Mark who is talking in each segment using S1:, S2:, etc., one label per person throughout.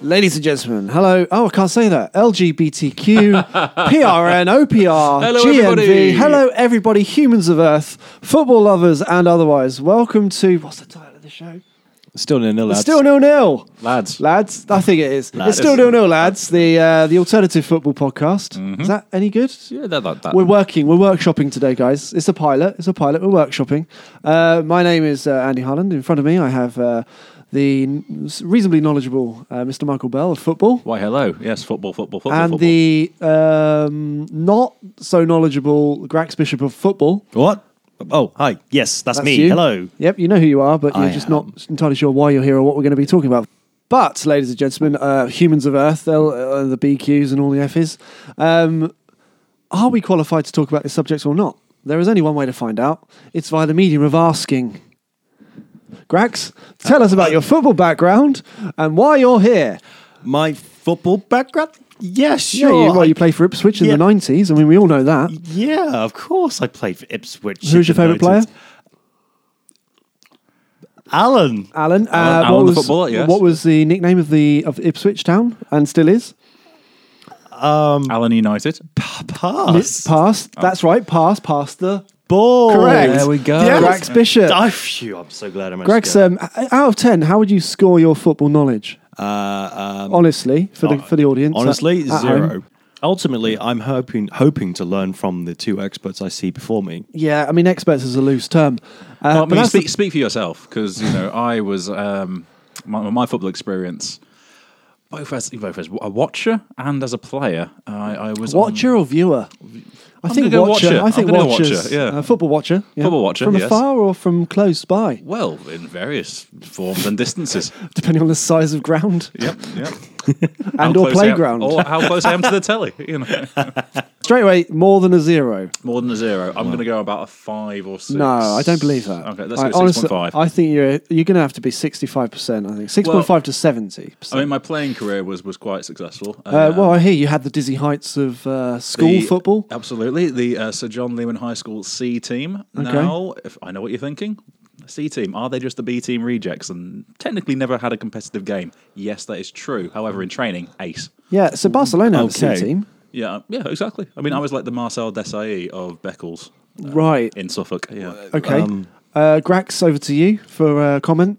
S1: Ladies and gentlemen, hello. Oh, I can't say that. LGBTQ, PRN, OPR,
S2: Hello,
S1: GNV.
S2: everybody.
S1: Hello, everybody, humans of Earth, football lovers, and otherwise. Welcome to what's the title of the show?
S2: Still nil nil,
S1: It's
S2: lads.
S1: still nil nil,
S2: lads.
S1: lads. I think it is. It's
S2: Lads. Mm-hmm.
S1: still nil nil, lads. The uh, the alternative football podcast. Is that any good?
S2: Yeah, that, that, that.
S1: We're working. We're workshopping today, guys. It's a pilot. It's a pilot. We're workshopping. Uh, my name is uh, Andy Harland. In front of me, I have uh, the n- reasonably knowledgeable uh, Mr. Michael Bell of football,
S2: Why, hello. Yes, football, football, football.
S1: and
S2: football.
S1: the um, not so knowledgeable Grax Bishop of football.
S3: What? Oh, hi. Yes, that's,
S1: That's
S3: me.
S1: you.
S3: Hello.
S1: Yep, you know who you are, but you're
S3: I
S1: just
S3: am.
S1: not entirely sure why you're here or what we're going to be talking about. But, ladies and gentlemen, uh, humans of Earth, they'll, uh, the BQs and all the Fs, um, are we qualified to talk about this subject or not? There is only one way to find out. It's via the medium of asking. Grax, tell us about your football background and why you're here.
S3: My football background? Yeah,
S1: Yeah,
S3: sure.
S1: you, well,
S3: I-
S1: you played for Ipswich in
S3: yeah.
S1: the 90s. I mean, we all know that.
S3: yeah, of course. I played for Ipswich.
S1: Who's your
S3: in the
S1: favourite player?
S3: 90s. Alan.
S1: Alan, uh,
S2: Alan
S1: what,
S2: the
S1: was,
S2: footballer, yes.
S1: what was the nickname of the of Ipswich Town and still is?
S2: Um, Alan United.
S1: It's
S3: Pass.
S1: Passed. That's right. Pass. Past the.
S3: Ball.
S1: Correct.
S2: There Oh. we go.
S3: Yes.
S1: Grex Bishop.
S3: Oh, phew, I'm so glad I managed
S1: Greg's
S3: to get
S1: um, out of ten. How would you score your football knowledge?
S3: it. uh, um,
S1: Honestly, for
S2: Oh,
S1: the for the audience. uh,
S3: Honestly,
S1: at- at
S3: zero.
S1: home.
S3: Ultimately, I'm hoping hoping to learn from the two experts I see before me.
S1: Yeah, I mean, experts is a loose term. Uh,
S2: I
S1: but
S2: mean,
S1: that's the-
S2: speak, speak for yourself, because you know I was um, my, my football experience. Both as, both as a watcher and as a player, I, I was on-
S1: watcher or viewer? I
S2: I'm
S1: think
S2: gonna go
S1: watcher.
S2: watcher.
S1: I
S2: I'm
S1: think
S2: gonna go
S1: watchers.
S2: watcher, yeah.
S1: Uh, football watcher. yeah.
S2: Football watcher,
S1: From
S2: yes.
S1: afar or from close by,
S2: well, in various forms and distances.
S1: depending on the size of ground
S2: yep, yep.
S1: and
S2: How
S1: or
S2: close I am-
S1: playground.
S2: or how close I am to the telly. You know,
S1: Straight away, more than a zero.
S2: more than a zero. I'm going to go about a five or six.
S1: No, I don't believe that.
S2: Okay, let's
S1: I,
S2: go six
S1: honestly,
S2: point five.
S1: I think you're you're going to have to be sixty five percent. I think six point five to seventy.
S2: I mean, my playing career was was quite successful. Um,
S1: Uh, well, I hear you had the dizzy heights of uh, school
S2: the-
S1: football.
S2: Absolutely. The uh, Sir John Lehman High School C team. Now, if I know what you're thinking. C team, are they just the B team rejects and technically never had a competitive game? Yes, that is true. However, in training, ace.
S1: Yeah,
S2: Mm,
S1: so Barcelona have a
S3: Okay.
S1: C team,
S2: Yeah, uh, yeah, exactly. I mean, I was like the Marcel Desailly of Beckles
S1: right?
S2: Uh, in um, Suffolk. Yeah.
S1: Okay, uh, Grax, over to you for uh, comment.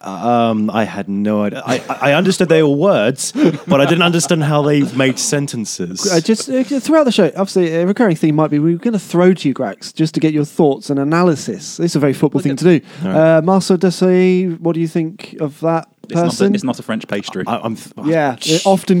S3: Um, I had no idea. I, I I understood they were words, but I didn't understand how they made sentences.
S1: Uh, just uh, throughout the show, obviously, a recurring theme might be we we're going to throw to you, Grax, just to get your thoughts and analysis. It's a very football thing to do. Uh, Marcel Desailly, what do you think of that
S2: It's not,
S1: person?
S2: a, it's not a French pastry.
S3: I, I'm th-
S1: yeah, they're often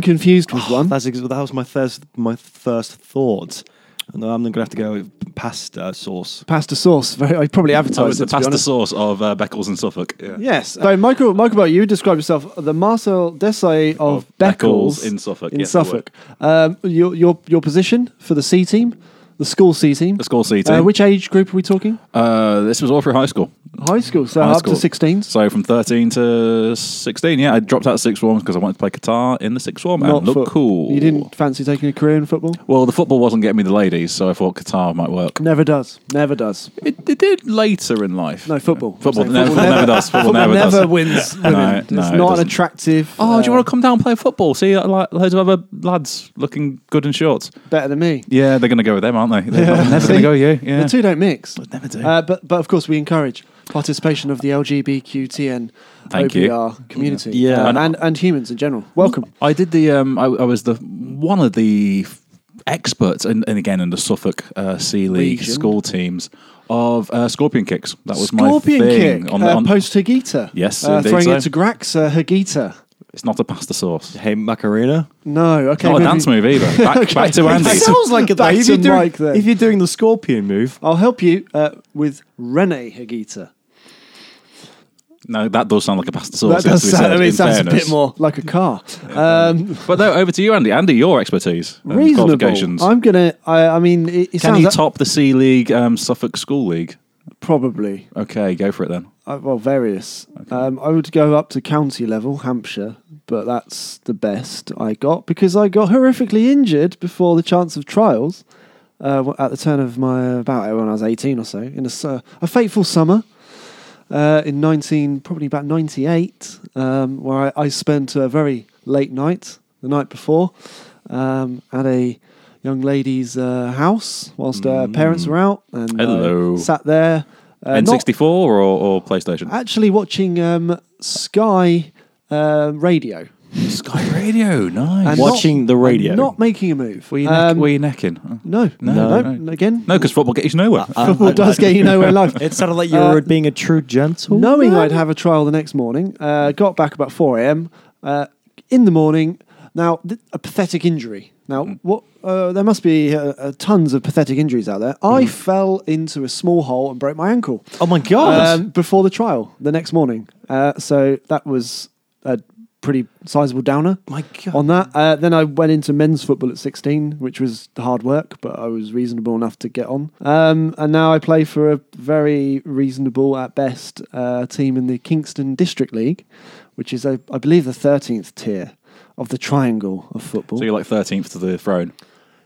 S1: confused with one.
S3: That's ex- that was my first my first thought. And I'm gonna have to go with pasta sauce.
S1: Pasta sauce. Very, I probably advertised
S2: I was
S1: it,
S2: the
S1: to be
S2: pasta
S1: honest.
S2: sauce of uh, Beckles in Suffolk. Yeah.
S1: Yes. So, Michael, Michael, Bell, you describe yourself the Marcel Desailly of,
S2: Of
S1: Beckles,
S2: Beckles in Suffolk.
S1: In
S2: Yes, I
S1: Suffolk. Um, your, your, your position for the C team, the school C team.
S2: The school C team.
S1: Uh, which age group are we talking?
S2: Uh, this was all through high school.
S1: High school, so
S2: High
S1: up
S2: school.
S1: to 16.
S2: So from 13 to 16, yeah, I dropped out of sixth form because I wanted to play guitar in the sixth form
S1: Not
S2: and look
S1: foot-
S2: cool.
S1: You didn't fancy taking a career in football?
S2: Well, the football wasn't getting me the ladies, so I thought guitar might work.
S1: Never does. Never does.
S2: It, it did later in life.
S1: No, football.
S2: Football,
S1: I'm saying
S2: no, football never does. Football never,
S1: never
S2: does.
S1: wins.
S2: No,
S1: women. it's
S2: no, it
S1: not an
S2: doesn't.
S1: attractive.
S2: Oh, do you
S1: uh,
S2: want to come down and play football? See uh, like, loads of other lads looking good in shorts.
S1: better than me?
S2: Yeah, they're going to go with them, aren't they? They're not- never going
S1: See?
S2: to go with you. Yeah.
S1: The two don't mix.
S2: never do.
S1: Uh, but but of course, we encourage participation of the LGBTQTN
S2: Thank you.
S1: OBR community.
S3: Yeah.
S1: um, and and humans in general. Welcome.
S2: I did the. Um, I, I was the one of the f- experts, and, and again in the Suffolk uh, C League
S1: Region.
S2: school teams of uh, scorpion kicks. That was
S1: Scorpion
S2: my thing.
S1: kick
S2: on the, on,
S1: uh, post Hagita.
S2: Yes,
S1: uh,
S2: indeed
S1: throwing
S2: so.
S1: it to Grax uh, Hagita.
S2: it's not a pasta sauce.
S3: Hey Macarena.
S1: No, okay.
S2: Not a
S1: maybe-
S2: dance move either. Back, back to Andy.
S3: like
S1: it, though. If
S3: If
S1: you're
S3: you're,
S1: doing-
S3: doing,
S1: if
S3: the scorpion move,
S1: I'll help you uh, with Rene Hagita.
S2: No, that does sound like a pasta sauce.
S1: That does
S2: it has to be
S1: sound,
S2: said,
S1: I mean, it
S2: in
S1: sounds a
S2: fairness.
S1: bit more like a car. Um,
S2: But no, over to you, Andy. Andy, your expertise. and qualifications.
S1: reasonable. I'm gonna. I, I mean, it, it
S2: Can
S1: sounds
S2: you
S1: like-
S2: top the C League um, Suffolk School League?
S1: probably.
S2: Okay, go for it then.
S1: Uh, well, various. Um, I would go up to county level, Hampshire, but that's the best I got because I got horrifically injured before the chance of trials uh, w- at the turn of my about when I was eighteen or so in a, su- a fateful summer uh, in nineteen probably about ninety eight, um, where I, I spent a very late night the night before um, at a young lady's uh, house whilst her parents were out and uh,
S2: Hello.
S1: sat there. Uh, not Uh,
S2: N64 or, or PlayStation?
S1: actually watching um, Sky uh, Radio.
S2: Sky Radio, nice.
S1: And
S3: What? Watching
S1: not-
S3: the radio.
S1: and Not making a move.
S2: Were you, neck,
S1: Um,
S2: were you necking?
S1: no, no,
S2: No,
S1: no,
S2: no.
S1: Again,
S2: No, because football gets you nowhere.
S1: football does get you nowhere in life.
S3: It sounded like you
S1: Uh,
S3: were being a true gentleman.
S1: knowing I'd have a trial the next morning, uh, got back about 4 a.m. Uh, in the morning, now th- a pathetic injury. Now, what? Uh, there must be uh, uh, tons of pathetic injuries out there. I fell into a small hole and broke my ankle
S3: Oh my god!
S1: um, before the trial the next morning. Uh, so that was a pretty sizable downer.
S3: My God.
S1: On that, uh, then I went into men's football at 16, which was hard work, but I was reasonable enough to get on. Um, and now I play for a very reasonable, at best, uh, team in the Kingston District League, which is, I, I believe, the 13th tier of the triangle of football.
S2: So you're like 13th to the throne.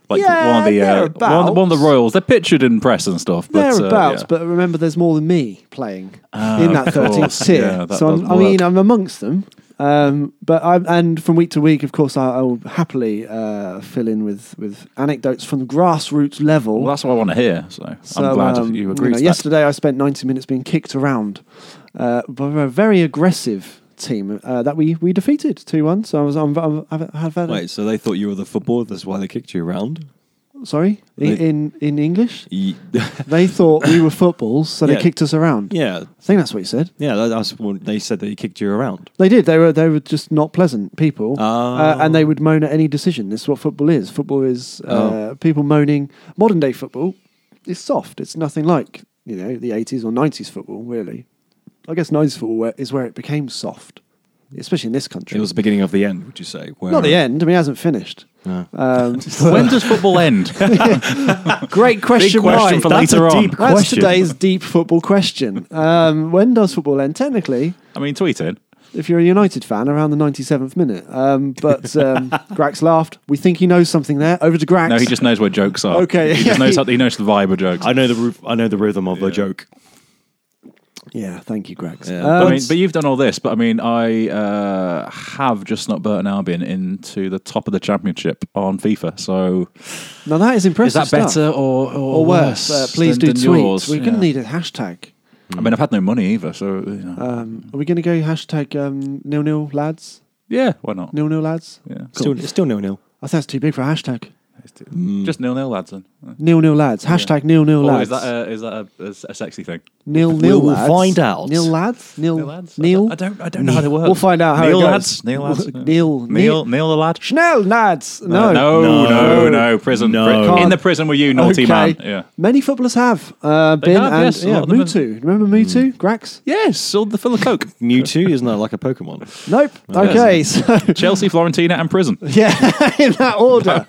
S2: Like
S1: Yeah,
S2: one of the uh, one,
S1: thereabouts.
S2: one of the royals. They're pictured in press and stuff. But, uh,
S1: Thereabouts,
S2: yeah.
S1: but remember, there's more than me playing
S2: Ah,
S1: in that
S2: of
S1: 13th
S2: course.
S1: tier.
S2: Yeah, that
S1: so I'm,
S2: doesn't
S1: I mean,
S2: work.
S1: I'm amongst them. Um, but I'm, and from week to week, of course, I, I will happily uh, fill in with, with anecdotes from the grassroots level.
S2: well, that's what I want to hear. So,
S1: So,
S2: I'm glad
S1: um,
S2: you agree.
S1: know,
S2: to that.
S1: yesterday, I spent 90 minutes being kicked around uh, by a very aggressive team uh, that we, we defeated 2 1. So I was, I'm, I'm, I've, I've had. a-
S4: Wait, so they thought you were the footballer. That's why they kicked you around.
S1: Sorry? In,
S4: They-
S1: in, in English?
S4: Ye-
S1: They thought we were footballs, so
S4: Yeah.
S1: they kicked us around.
S4: yeah,
S1: I think that's what you said.
S4: yeah. That, that's when they said they kicked you around.
S1: They did. They were they were just not pleasant people, uh,
S4: Oh.
S1: and they would moan at any decision. This is what football is. Football is uh,
S4: Oh.
S1: people moaning. Modern day football is soft. It's nothing like you know the eighties or nineties football. Really, I guess nineties football where- is where it became soft, especially in this country.
S4: It was the beginning of the end. Would you say? Where,
S1: not the end. I mean, it hasn't finished.
S3: uh,
S4: No.
S1: Um,
S2: when does football end?
S1: great question.
S2: Big question
S1: why?
S2: for
S3: That's
S2: later
S3: a
S2: on.
S3: deep-
S1: That's
S3: question.
S1: today's deep football question. Um, when does football end? Technically,
S2: I mean, tweet in.
S1: if you're a United fan, around the 97th minute. Um, but um, Grax laughed. We think he knows something there. Over to Grax.
S2: No, he just knows where jokes are.
S1: Okay.
S2: he just knows how, he knows the vibe of jokes.
S3: I know the roof, I know the rhythm of the joke.
S1: Yeah, thank you, Grax.
S4: Yeah.
S1: Um,
S2: But I mean, but you've done all this. But I mean, I uh, have just knocked Burton Albion into the top of the championship on FIFA. So
S1: now that is impressive.
S2: is that
S1: stuff.
S2: better or, or,
S1: or worse? Uh, please do
S2: than- than
S1: tweet.
S2: yours?
S1: We're going
S2: Yeah.
S1: to need a hashtag.
S2: I mean, I've had no money either. So you know.
S1: Um, are we going to go hashtag um, nil nil lads?
S2: yeah, why not?
S1: Nil nil lads?
S2: Yeah.
S3: Still, still no nil.
S1: I think that's too big for a hashtag.
S3: Mm.
S2: Just nil nil lads. Then.
S1: Nil nil lads. Hashtag nil nil
S2: Or
S1: lads.
S2: is that a, is that a, a, a sexy thing?
S1: nil
S3: We
S1: nil
S3: will
S1: lads.
S3: find out.
S1: Nil lads. Nil
S2: Nil lads.
S1: Nil.
S2: I don't. I don't know how they work.
S1: We'll find out how
S2: Neil
S1: it goes.
S2: lads. Neil lads.
S1: Neil.
S2: Neil. Neil the lad.
S1: Schnell lads. No.
S2: No. No. No.
S3: No.
S2: Prison.
S3: No.
S2: pri-
S1: Can't.
S2: In the prison with you, naughty man. Yeah.
S1: Many footballers have uh, been
S2: have,
S1: and
S2: yes, a
S1: yeah,
S2: lot of them have. Hmm.
S1: Mutu. Remember Mutu? Grax?
S2: Yes. Sold the full of coke.
S4: Mewtwo isn't that like a Pokemon?
S1: Nope. Okay, so
S2: Chelsea, Florentina, and prison.
S1: yeah, in that order.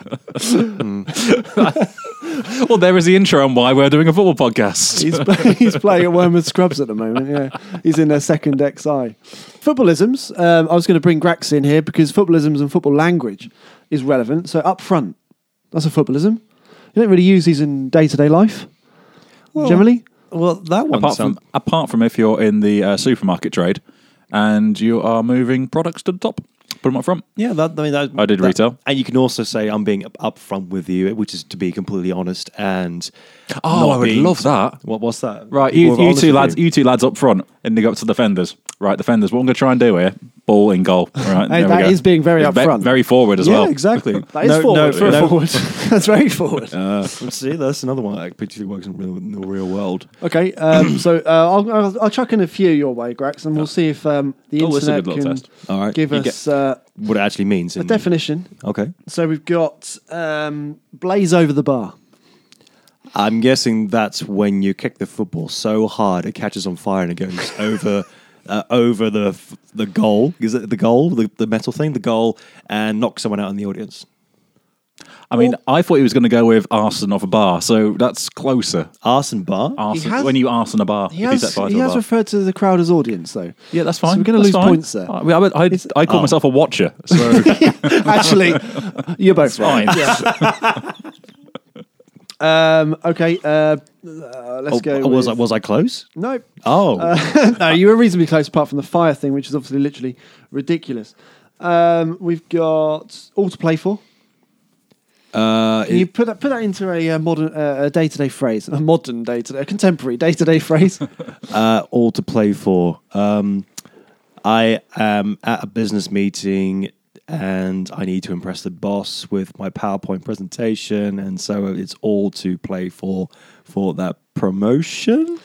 S2: well, there is the intro on why we're doing a football podcast.
S1: He's, play- he's playing at Wormwood Scrubs at the moment. Yeah, he's in their second XI. Footballisms. Um, I was going to bring Grax in here because footballisms and football language is relevant. So up front, that's a footballism. You don't really use these in day to day life, generally.
S4: Well, that one.
S2: apart
S4: sound-
S2: from apart from if you're in the uh, supermarket trade and you are moving products to the top, put them up front.
S3: Yeah, that, I mean, that,
S2: I did
S3: that-
S2: retail.
S3: and you can also say I'm being up- upfront with you, which is to be completely honest and.
S2: Oh,
S3: not being-
S2: that.
S3: What was that?
S2: Right,
S3: People were
S2: you, you
S3: honest
S2: two
S3: with
S2: lads, you. two lads up front, and they go up to defenders. Right, defenders. What I'm going to try and do here: ball in goal. All Right, there we
S1: that
S2: go.
S1: is being very
S2: It's
S1: up
S2: ve-
S1: front.
S2: very forward as
S4: yeah,
S2: well.
S4: exactly.
S1: That is
S4: No,
S1: forward.
S4: no,
S1: for a
S4: no.
S1: forward. that's very forward.
S3: Uh, See, that's another one that particularly works in, real, in the real world.
S1: Okay, um, so uh, I'll, I'll, I'll chuck in a few your way, Grax, and we'll see if um, the
S2: Oh, this is a
S1: internet
S2: good little
S1: can
S2: test.
S4: All right,
S1: give
S4: you
S1: us uh,
S3: What it actually means.
S1: a
S3: In,
S1: definition.
S4: Okay.
S1: So we've got um, blaze over the bar.
S4: I'm
S3: guessing that's when you kick the football so hard it catches on fire and it goes over uh, over the f- the goal. Is it the goal? The, the metal thing, the goal, and knock someone out in the audience.
S2: I mean, I thought he was going to go with arson off a bar, so that's closer.
S3: Arson bar.
S2: Arson,
S1: has-
S2: when you arson a bar,
S1: He
S2: if
S1: has,
S2: set fire to
S1: he
S2: a
S1: has
S2: bar.
S1: referred to the crowd as audience, though.
S2: yeah, that's fine.
S1: So we're going to
S2: That's
S1: lose
S2: fine.
S1: points there.
S2: I, I, I, I call myself a watcher, so
S1: Actually, you're both right.
S2: fine.
S1: Um, okay, uh, uh, let's
S3: Oh,
S1: go.
S3: was
S1: with-
S3: I was I close?
S1: Nope.
S3: Oh,
S1: no, you were reasonably close, apart from the fire thing, which is obviously literally ridiculous. Um, we've got all to play for.
S4: Uh,
S1: Can
S4: it-
S1: you put that put that into a uh, modern uh, a day to day phrase, a modern day to day, a contemporary day to day phrase?
S4: uh, all to play for. Um, I am at a business meeting and I need to impress the boss with my PowerPoint presentation, and so it's all to play for for that promotion.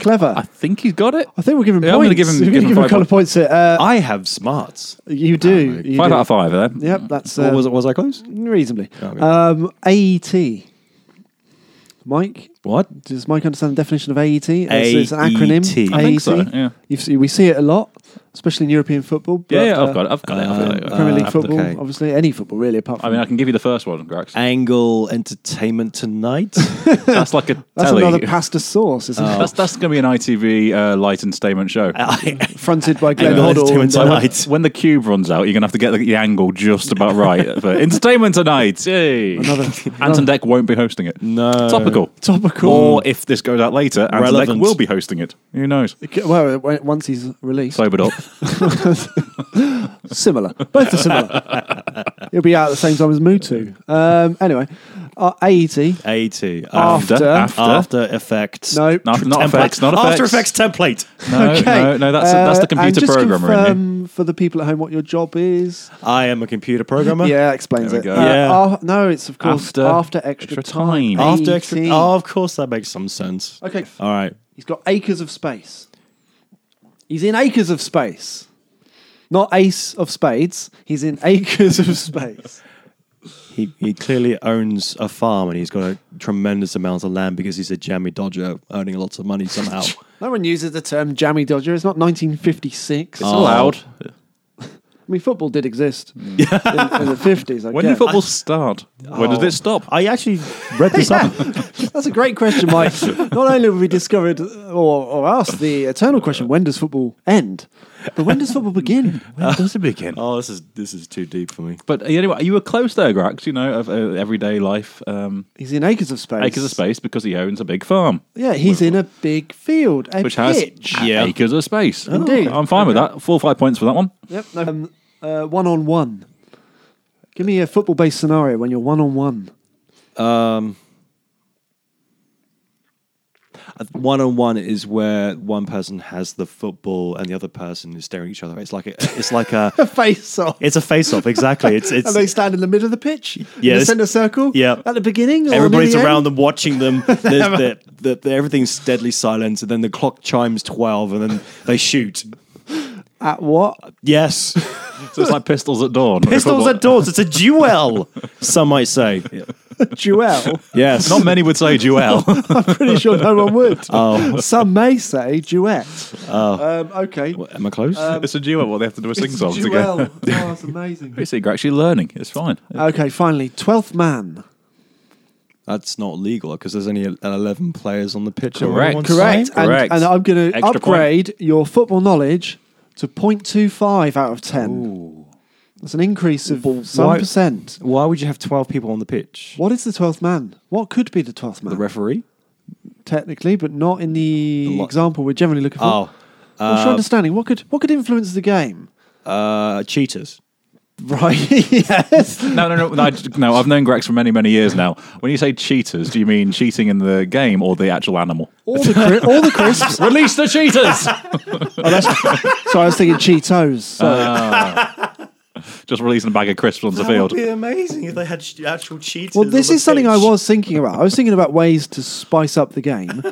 S1: Clever.
S2: I
S1: I,
S2: think he's got it.
S1: think we're giving
S2: Yeah, I'm
S1: points.
S2: gonna give him-
S1: We're gonna
S2: give him
S1: give him a
S2: five Oh,
S1: couple of points. Here. Uh,
S4: I have smarts.
S1: you do. you
S2: Five
S1: do.
S2: out of five eh? there.
S1: Yep, that's uh,
S4: What was it? Was I close?
S1: reasonably.
S2: Oh,
S4: Okay.
S1: Um, AET. Mike,
S4: What?
S1: does Mike understand the definition of AET? It's, it's an
S4: AET.
S1: acronym. E
S4: I
S2: I think so. Yeah.
S1: You've see, we see it a lot, especially in European football. But,
S2: Yeah, yeah,
S1: uh,
S2: I've got it. I've got it. I've got it.
S4: uh,
S1: Premier League
S4: Uh,
S1: football,
S4: okay.
S1: obviously, any football really, apart
S2: I
S1: from
S2: mean, I can give you the first one, Grex.
S4: Angle Entertainment Tonight.
S2: That's like a
S1: that's
S2: telly.
S1: another pasta sauce, isn't
S2: That's that's going to be an ITV uh, light and statement show.
S1: it? Fronted by Glenn
S4: Angle
S1: Hoddle.
S4: Entertainment
S1: and, uh,
S4: Tonight.
S2: When the cube runs out, you're going to have to get the, the angle just about right. for entertainment tonight. Yay.
S1: Another-
S2: Anton Deck won't be hosting it.
S4: No.
S2: Topical.
S1: Topical.
S2: Or if this goes out later, Anton
S4: Relevant.
S2: Deck will be hosting it. Who knows?
S1: Okay, Well, uh, when- once he's released,
S2: Sobered up.
S1: similar. Both are similar. He'll be out at the same time as Mutu. Um, anyway, uh, AET.
S4: AT.
S1: Oh,
S4: After,
S1: After.
S2: after. After.
S4: Um, after Effects.
S1: No,
S2: Not, not
S4: Template.
S2: effects. Not
S4: After
S2: effects.
S4: Effects template.
S2: No, no, no. That's, that's
S1: Uh,
S2: the computer
S1: and just
S2: programmer in here.
S1: confirm for the people at home what your job is.
S4: I am a computer programmer.
S1: Yeah, explains
S2: There
S1: it.
S2: we go.
S4: Yeah.
S1: ah, no, it's of course after,
S2: After-
S1: extra,
S2: extra
S1: time.
S2: time.
S4: After extra,
S1: AET.
S4: oh, of course that makes some sense.
S1: Okay,
S4: All right.
S1: he's got acres of space. He's in acres of space. Not ace of spades. He's in acres of space.
S4: He he clearly owns a farm and he's got a tremendous amount of land because he's a jammy dodger earning lots of money somehow.
S1: No one uses the term jammy dodger. It's not 1956.
S2: It's allowed.
S1: I mean, football did exist in, in the 50s. I
S2: When
S1: guess.
S2: did football start? When does it stop?
S4: I actually read this up.
S1: That's a great question, Mike. Not only have we discovered or, or asked the eternal question, when does football end? But when does football begin?
S2: When does it begin?
S4: Oh, this is this is too deep for me.
S2: But uh, anyway, you were close there, Grax, you know, of uh, everyday life, um,
S1: He's in acres of space.
S2: acres of space because he owns a big farm,
S1: Yeah, he's in a big field, a
S2: which has
S1: pitch.
S2: a-
S4: Yeah.
S2: acres of space.
S1: Indeed.
S2: I'm fine with that. Four or five points for that one.
S1: Yep. No, um, uh, one on one. Give me a football-based scenario when you're one on one.
S4: One on one Uh, is where one person has the football and the other person is staring at each other. It's like a, it's like a
S1: Face off.
S4: it's a face off. Exactly. It's it's
S1: And they stand in the middle of the pitch,
S4: Yeah,
S1: in the
S4: this-
S1: centre circle.
S4: yeah.
S1: At the beginning, or
S4: Everybody's
S1: near the
S4: around
S1: end?
S4: them watching them. There's the, the, the, everything's deadly silent, and then the clock chimes twelve, and then they shoot.
S1: At what?
S4: Yes,
S2: So it's like pistols at dawn.
S4: pistols at doors. It's a duel. Some might say.
S1: Duel.
S4: Yes.
S2: Not many would say duel.
S1: Pretty sure no one would.
S2: Oh.
S1: Some may say duet. Um, okay.
S4: Am I close?
S2: it's a duel. What they have to do a Oh. sing song
S1: Duel.
S2: together.
S1: Oh, that's amazing.
S2: You see, Grax, you're learning. It's fine.
S1: okay, finally, twelfth man.
S4: That's not legal because there's only eleven players on the pitch. at
S2: Correct.
S4: one time.
S1: Correct. And,
S2: Correct.
S1: and I'm going to
S2: Extra
S1: upgrade your football knowledge to 0.25 out of 10. That's an increase of some
S4: why-
S1: percent.
S4: Why would you have twelve people on the pitch?
S1: What is the 12th man? What could be the 12th man?
S4: The referee.
S1: Technically, but not in the,
S4: lo-
S1: example we're generally looking for.
S4: Oh,
S1: What's your understanding? What could, what could influence the game?
S4: uh, cheaters.
S1: Right, yes.
S2: No, no, no, no, I just- no. I've known Grex for many, many years now. When you say cheaters, do you mean cheating in the game or the actual animal?
S1: All the, cri- all the crisps. Oh,
S2: Release the cheaters!
S1: Sorry, I was thinking Cheetos. Sorry.
S2: Just releasing a bag of crisps on the
S4: That would
S2: field.
S4: be amazing if they had sh- actual cheaters.
S1: well, this
S4: on the
S1: is something I
S4: pitch.
S1: was thinking about. I was thinking about ways to spice up the game.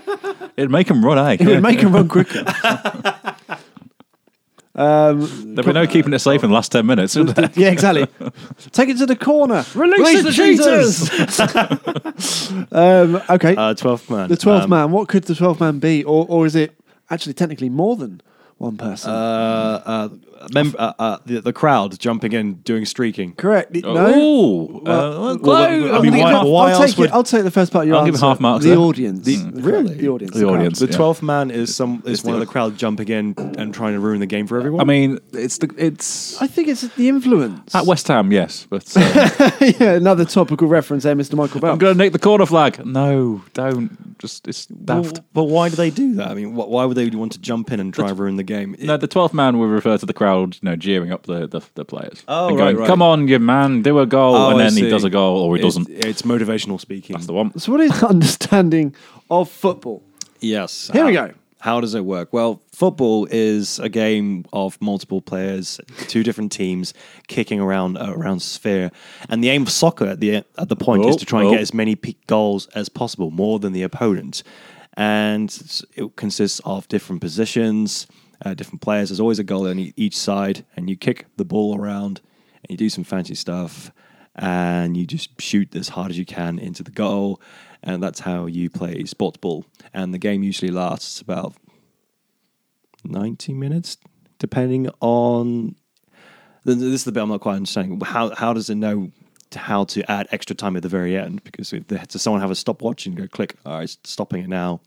S2: It'd make him run, eh?
S1: It would make them run quicker. um,
S2: There'd be no keeping it safe in the last 10 minutes. would there?
S1: yeah, exactly. Take it to the corner. Release,
S2: the cheaters!
S1: um, okay,
S4: Uh, 12th man.
S1: the twelfth
S4: Um,
S1: man. What could the twelfth man be, or or is it actually technically more than one person?
S4: uh, mem- uh, uh, the, the crowd jumping in, doing streaking.
S1: Correct. No.
S2: Oh,
S1: Well,
S2: uh,
S4: well,
S2: no,
S4: I
S2: I'll
S4: mean,
S2: give
S4: why-
S2: half-
S4: why-
S1: I'll
S4: else
S1: take
S4: would-
S1: it. I'll take the first part of your
S2: I'll give
S1: answer.
S2: him half marks
S1: The
S2: there.
S1: audience.
S4: really?
S1: The audience.
S2: The
S1: crowd.
S2: audience.
S4: The
S2: yeah.
S4: 12th man is some is one of the crowd jumping in and trying to ruin the game for everyone.
S2: I mean, it's the it's
S1: I think it's the influence.
S2: at West Ham, yes, but uh,
S1: yeah, another topical reference there, Mr. Michael Bell.
S2: I'm going to nick the corner flag. No, don't. Just it's
S4: Well,
S2: daft.
S4: but why do they do that? I mean, wh- why would they want to jump in and try and ruin the game? It-
S2: no, the twelfth man will refer to the crowd, you know, jeering up the the, the players.
S4: Oh,
S2: and
S4: right,
S2: going,
S4: right.
S2: Come on, you man, do a goal,
S4: Oh,
S2: and
S4: I
S2: then he
S4: see.
S2: does a goal, or he
S4: it's-
S2: doesn't.
S4: It's motivational speaking.
S2: That's the one.
S1: So, what is your understanding of football?
S4: Yes.
S1: Here we
S4: How-
S1: go.
S4: How does it work? Well, football is a game of multiple players, two different teams kicking around uh, around sphere, and the aim of soccer at the at the point
S2: Oh,
S4: is to try and
S2: oh.
S4: get as many pe- goals as possible, more than the opponent, and s- it consists of different positions, uh, different players. There's always a goal on e- each side, and you kick the ball around, and you do some fancy stuff, and you just shoot as hard as you can into the goal, and that's how you play sports ball. And the game usually lasts about 90 minutes, depending on. th- th- This is the bit I'm not quite understanding. How, how does it know to- how to add extra time at the very end? Because if they- does someone have a stopwatch and go click, all right, it's stopping it now.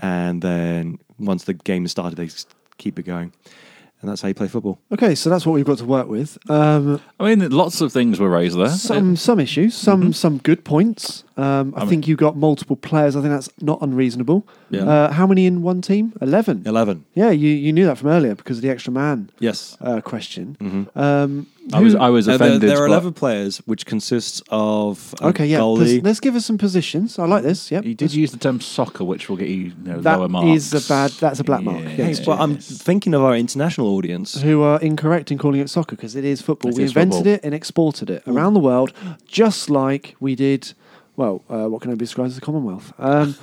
S4: And then once the game is started, they s- keep it going. And that's how you play football.
S1: Okay, so that's what we've got to work with. Um,
S2: I mean, lots of things were raised there.
S1: some some issues, some
S2: mm-hmm.
S1: some good points. Um, I, think you got multiple players. I think that's not unreasonable.
S4: Yeah.
S1: Uh, how many in one team? Eleven.
S4: 11.
S1: Yeah, you, you knew that from earlier because of the extra man
S4: Yes.
S1: uh, question. Um,
S2: Mm-hmm. I was
S1: who-
S2: I was
S4: Uh, there,
S2: offended.
S4: there are
S2: but
S4: 11 players, which consists of a
S1: okay, yeah.
S4: goalie.
S1: Let's, let's give us some positions. I like this. Yep.
S2: He did use the term soccer, which will get you, you know,
S1: That
S2: lower marks.
S1: is a bad- that's a black mark, yeah.
S4: Hey, but I'm thinking of our international audience.
S1: who are incorrect in calling it soccer because it is football.
S2: It
S1: we
S2: is
S1: invented
S2: football.
S1: it and exported it around the world, just like we did. Well, uh, what can I describe as the Commonwealth? Um,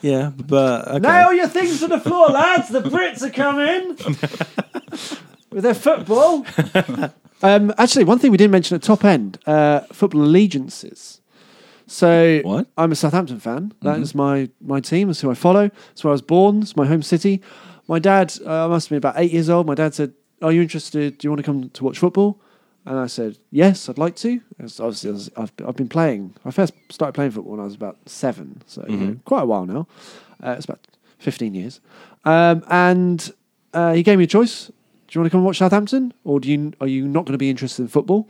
S4: Yeah, but okay.
S1: your things to the floor, lads. The Brits are coming with their football. um, actually, one thing we didn't mention at top end: uh, football allegiances. So
S4: What?
S1: I'm a Southampton fan. That is my my team. That's who I follow. That's where I was born. It's my home city. My dad, uh, I must have been about eight years old. My dad said, "Are you interested? Do you want to come to watch football?" And I said, "Yes, I'd like to." As obviously, I was- I've I've been playing. I first started playing football when I was about seven, so you know, quite a while now. Uh, it's about fifteen years. Um, and uh, he gave me a choice: Do you want to come and watch Southampton, or do you are you not going to be interested in football?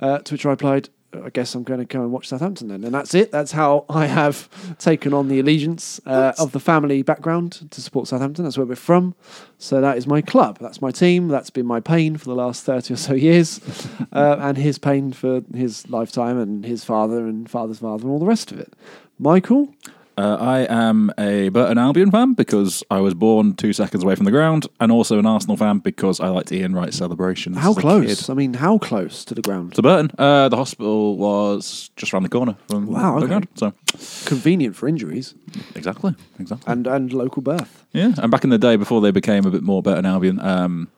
S1: Uh, to which I replied, I guess I'm going to come and watch Southampton then. And that's it. That's how I have taken on the allegiance uh, of the family background to support Southampton. That's where we're from. So that is my club. That's my team. That's been my pain for the last 30 or so years. uh, and his pain for his lifetime and his father and father's father and all the rest of it. Michael?
S2: Uh, I am a Burton Albion fan because I was born two seconds away from the ground, and also an Arsenal fan because I liked Ian Wright's celebrations.
S1: How
S2: as a
S1: close?
S2: kid.
S1: I mean, how close to the ground?
S2: To Burton, uh, the hospital was just around the corner from
S1: Wow,
S2: the
S1: okay.
S2: ground. So,
S1: Convenient for injuries
S2: exactly, exactly.
S1: and, and local birth.
S2: Yeah, and back in the day before they became a bit more Burton Albion, um,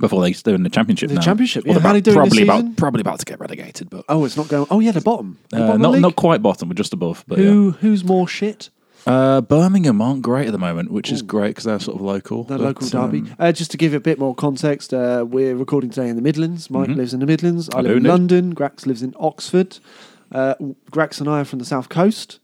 S2: before they were in the championship,
S1: The
S2: now.
S1: Championship, yeah.
S2: they're
S1: How are they doing this
S2: probably
S1: season?
S2: about probably about to get relegated, but
S1: Oh, it's not going. Oh, yeah, the bottom. The
S2: uh,
S1: bottom
S2: not
S1: league?
S2: not quite bottom, but just above. But yeah.
S1: Who, Who's more shit?
S2: Uh, Birmingham aren't great at the moment, which is great because they're sort of local.
S1: The
S2: but,
S1: local derby.
S2: um,
S1: uh, just to give a bit more context, uh, we're recording today in the Midlands. Mike lives in the Midlands. I,
S2: Mm-hmm. I
S1: live
S2: do
S1: in
S2: indeed.
S1: London. Grax lives in Oxford. Uh, Grax and I are from the south coast.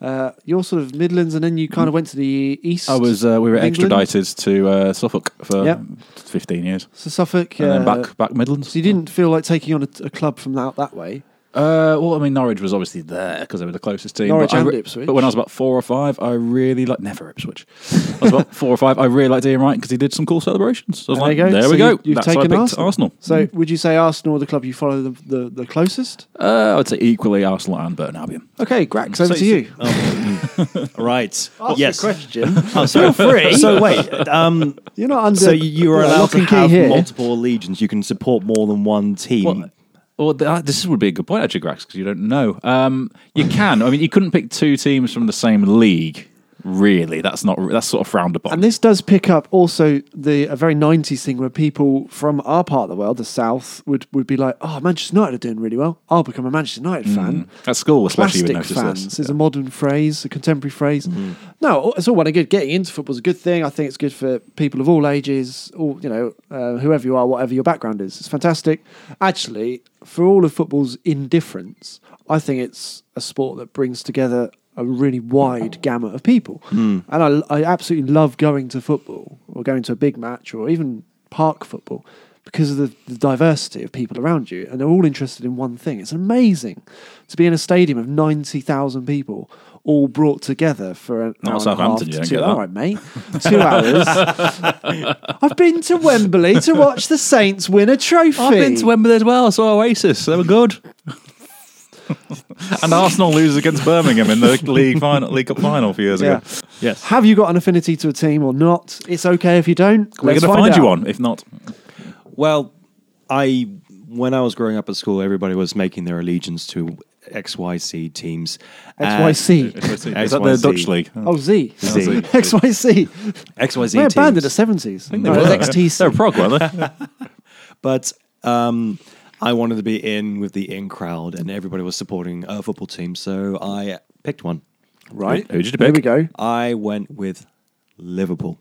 S1: Uh, you're sort of Midlands, and then you kind of went to the east.
S2: I was. Uh, we were
S1: England?
S2: extradited to uh, Suffolk for
S1: Yep.
S2: fifteen years,
S1: so Suffolk.
S2: and then
S1: uh,
S2: back back Midlands.
S1: So you didn't feel like taking on a, a club from out that way.
S2: Uh, well, I mean, Norwich was obviously there because they were the closest team.
S1: Norwich
S2: but I
S1: and Ipswich.
S2: But when I was about four or five, I really liked never Ipswich. I was about four or five. I really liked Ian Wright because he did some cool celebrations. So I was like,
S1: you go.
S2: there
S1: So
S2: we go.
S1: you- you've
S2: That's
S1: taken
S2: how I picked
S1: Arsenal.
S2: Arsenal.
S1: So would you say Arsenal are the club you follow the, the, the closest?
S2: Uh, I would say equally Arsenal and Burton Albion.
S1: Okay, Grax, over
S4: So-
S1: to you.
S4: Oh. Right.
S1: Ask
S4: yes.
S1: a question.
S4: Oh, so free. So wait. Um,
S1: You're not under.
S4: so you, you are
S1: Yeah,
S4: allowed
S1: lock
S4: to
S1: and key
S4: have
S1: here.
S4: multiple allegiance. You can support more than one team.
S2: Well, Mm. well th- uh, this would be a good point actually, Grax, because you don't know. Um, you can. I mean, you couldn't pick two teams from the same league. Really, that's not. That's sort of frowned upon.
S1: And this does pick up also the a very '90s thing where people from our part of the world, the South, would would be like, "Oh, Manchester United are doing really well. I'll become a Manchester United
S4: Mm.
S1: fan."
S2: At school, especially, you would
S1: Plastic
S2: notice
S1: fans
S2: this.
S1: is a modern phrase, a contemporary phrase. No, it's all well and good. Getting into football's a good thing. I think it's good for people of all ages, all you know, uh, whoever you are, whatever your background is. It's fantastic. Actually, for all of football's indifference, I think it's a sport that brings together a really wide gamut of people. And I, I absolutely love going to football or going to a big match or even park football because of the, the diversity of people around you, and they're all interested in one thing. It's amazing to be in a stadium of ninety thousand people all brought together for an
S2: Not
S1: hour
S2: Southampton,
S1: and
S2: you
S1: a
S2: don't
S1: half. to
S2: get
S1: two,
S2: that.
S1: all right, mate, two hours. I've been to Wembley to watch the Saints win a trophy.
S4: I've been to Wembley as well. I saw Oasis. They were good.
S2: And Arsenal lose against Birmingham in the league final, league cup final a few years
S1: Yeah.
S2: ago.
S4: Yes.
S1: Have you got an affinity to a team or not? It's okay if you don't.
S2: We're going
S1: Let's
S2: to find you
S1: out.
S2: one. If not,
S4: Well, I when I was growing up at school, everybody was making their allegiance to XYC teams.
S1: XYC.
S2: is that the Dutch league?
S1: Oh, Z.
S2: Z.
S1: XYC.
S4: Uh, XYZ
S1: They're a
S4: teams.
S1: band in the 70s. No, it was XTC.
S2: They're prog, weren't they?
S4: but um, I wanted to be in with the in crowd, and everybody was supporting a football team, so I picked one.
S1: Right.
S2: Who- who did you
S1: There we
S2: pick?
S1: go.
S4: I went with Liverpool.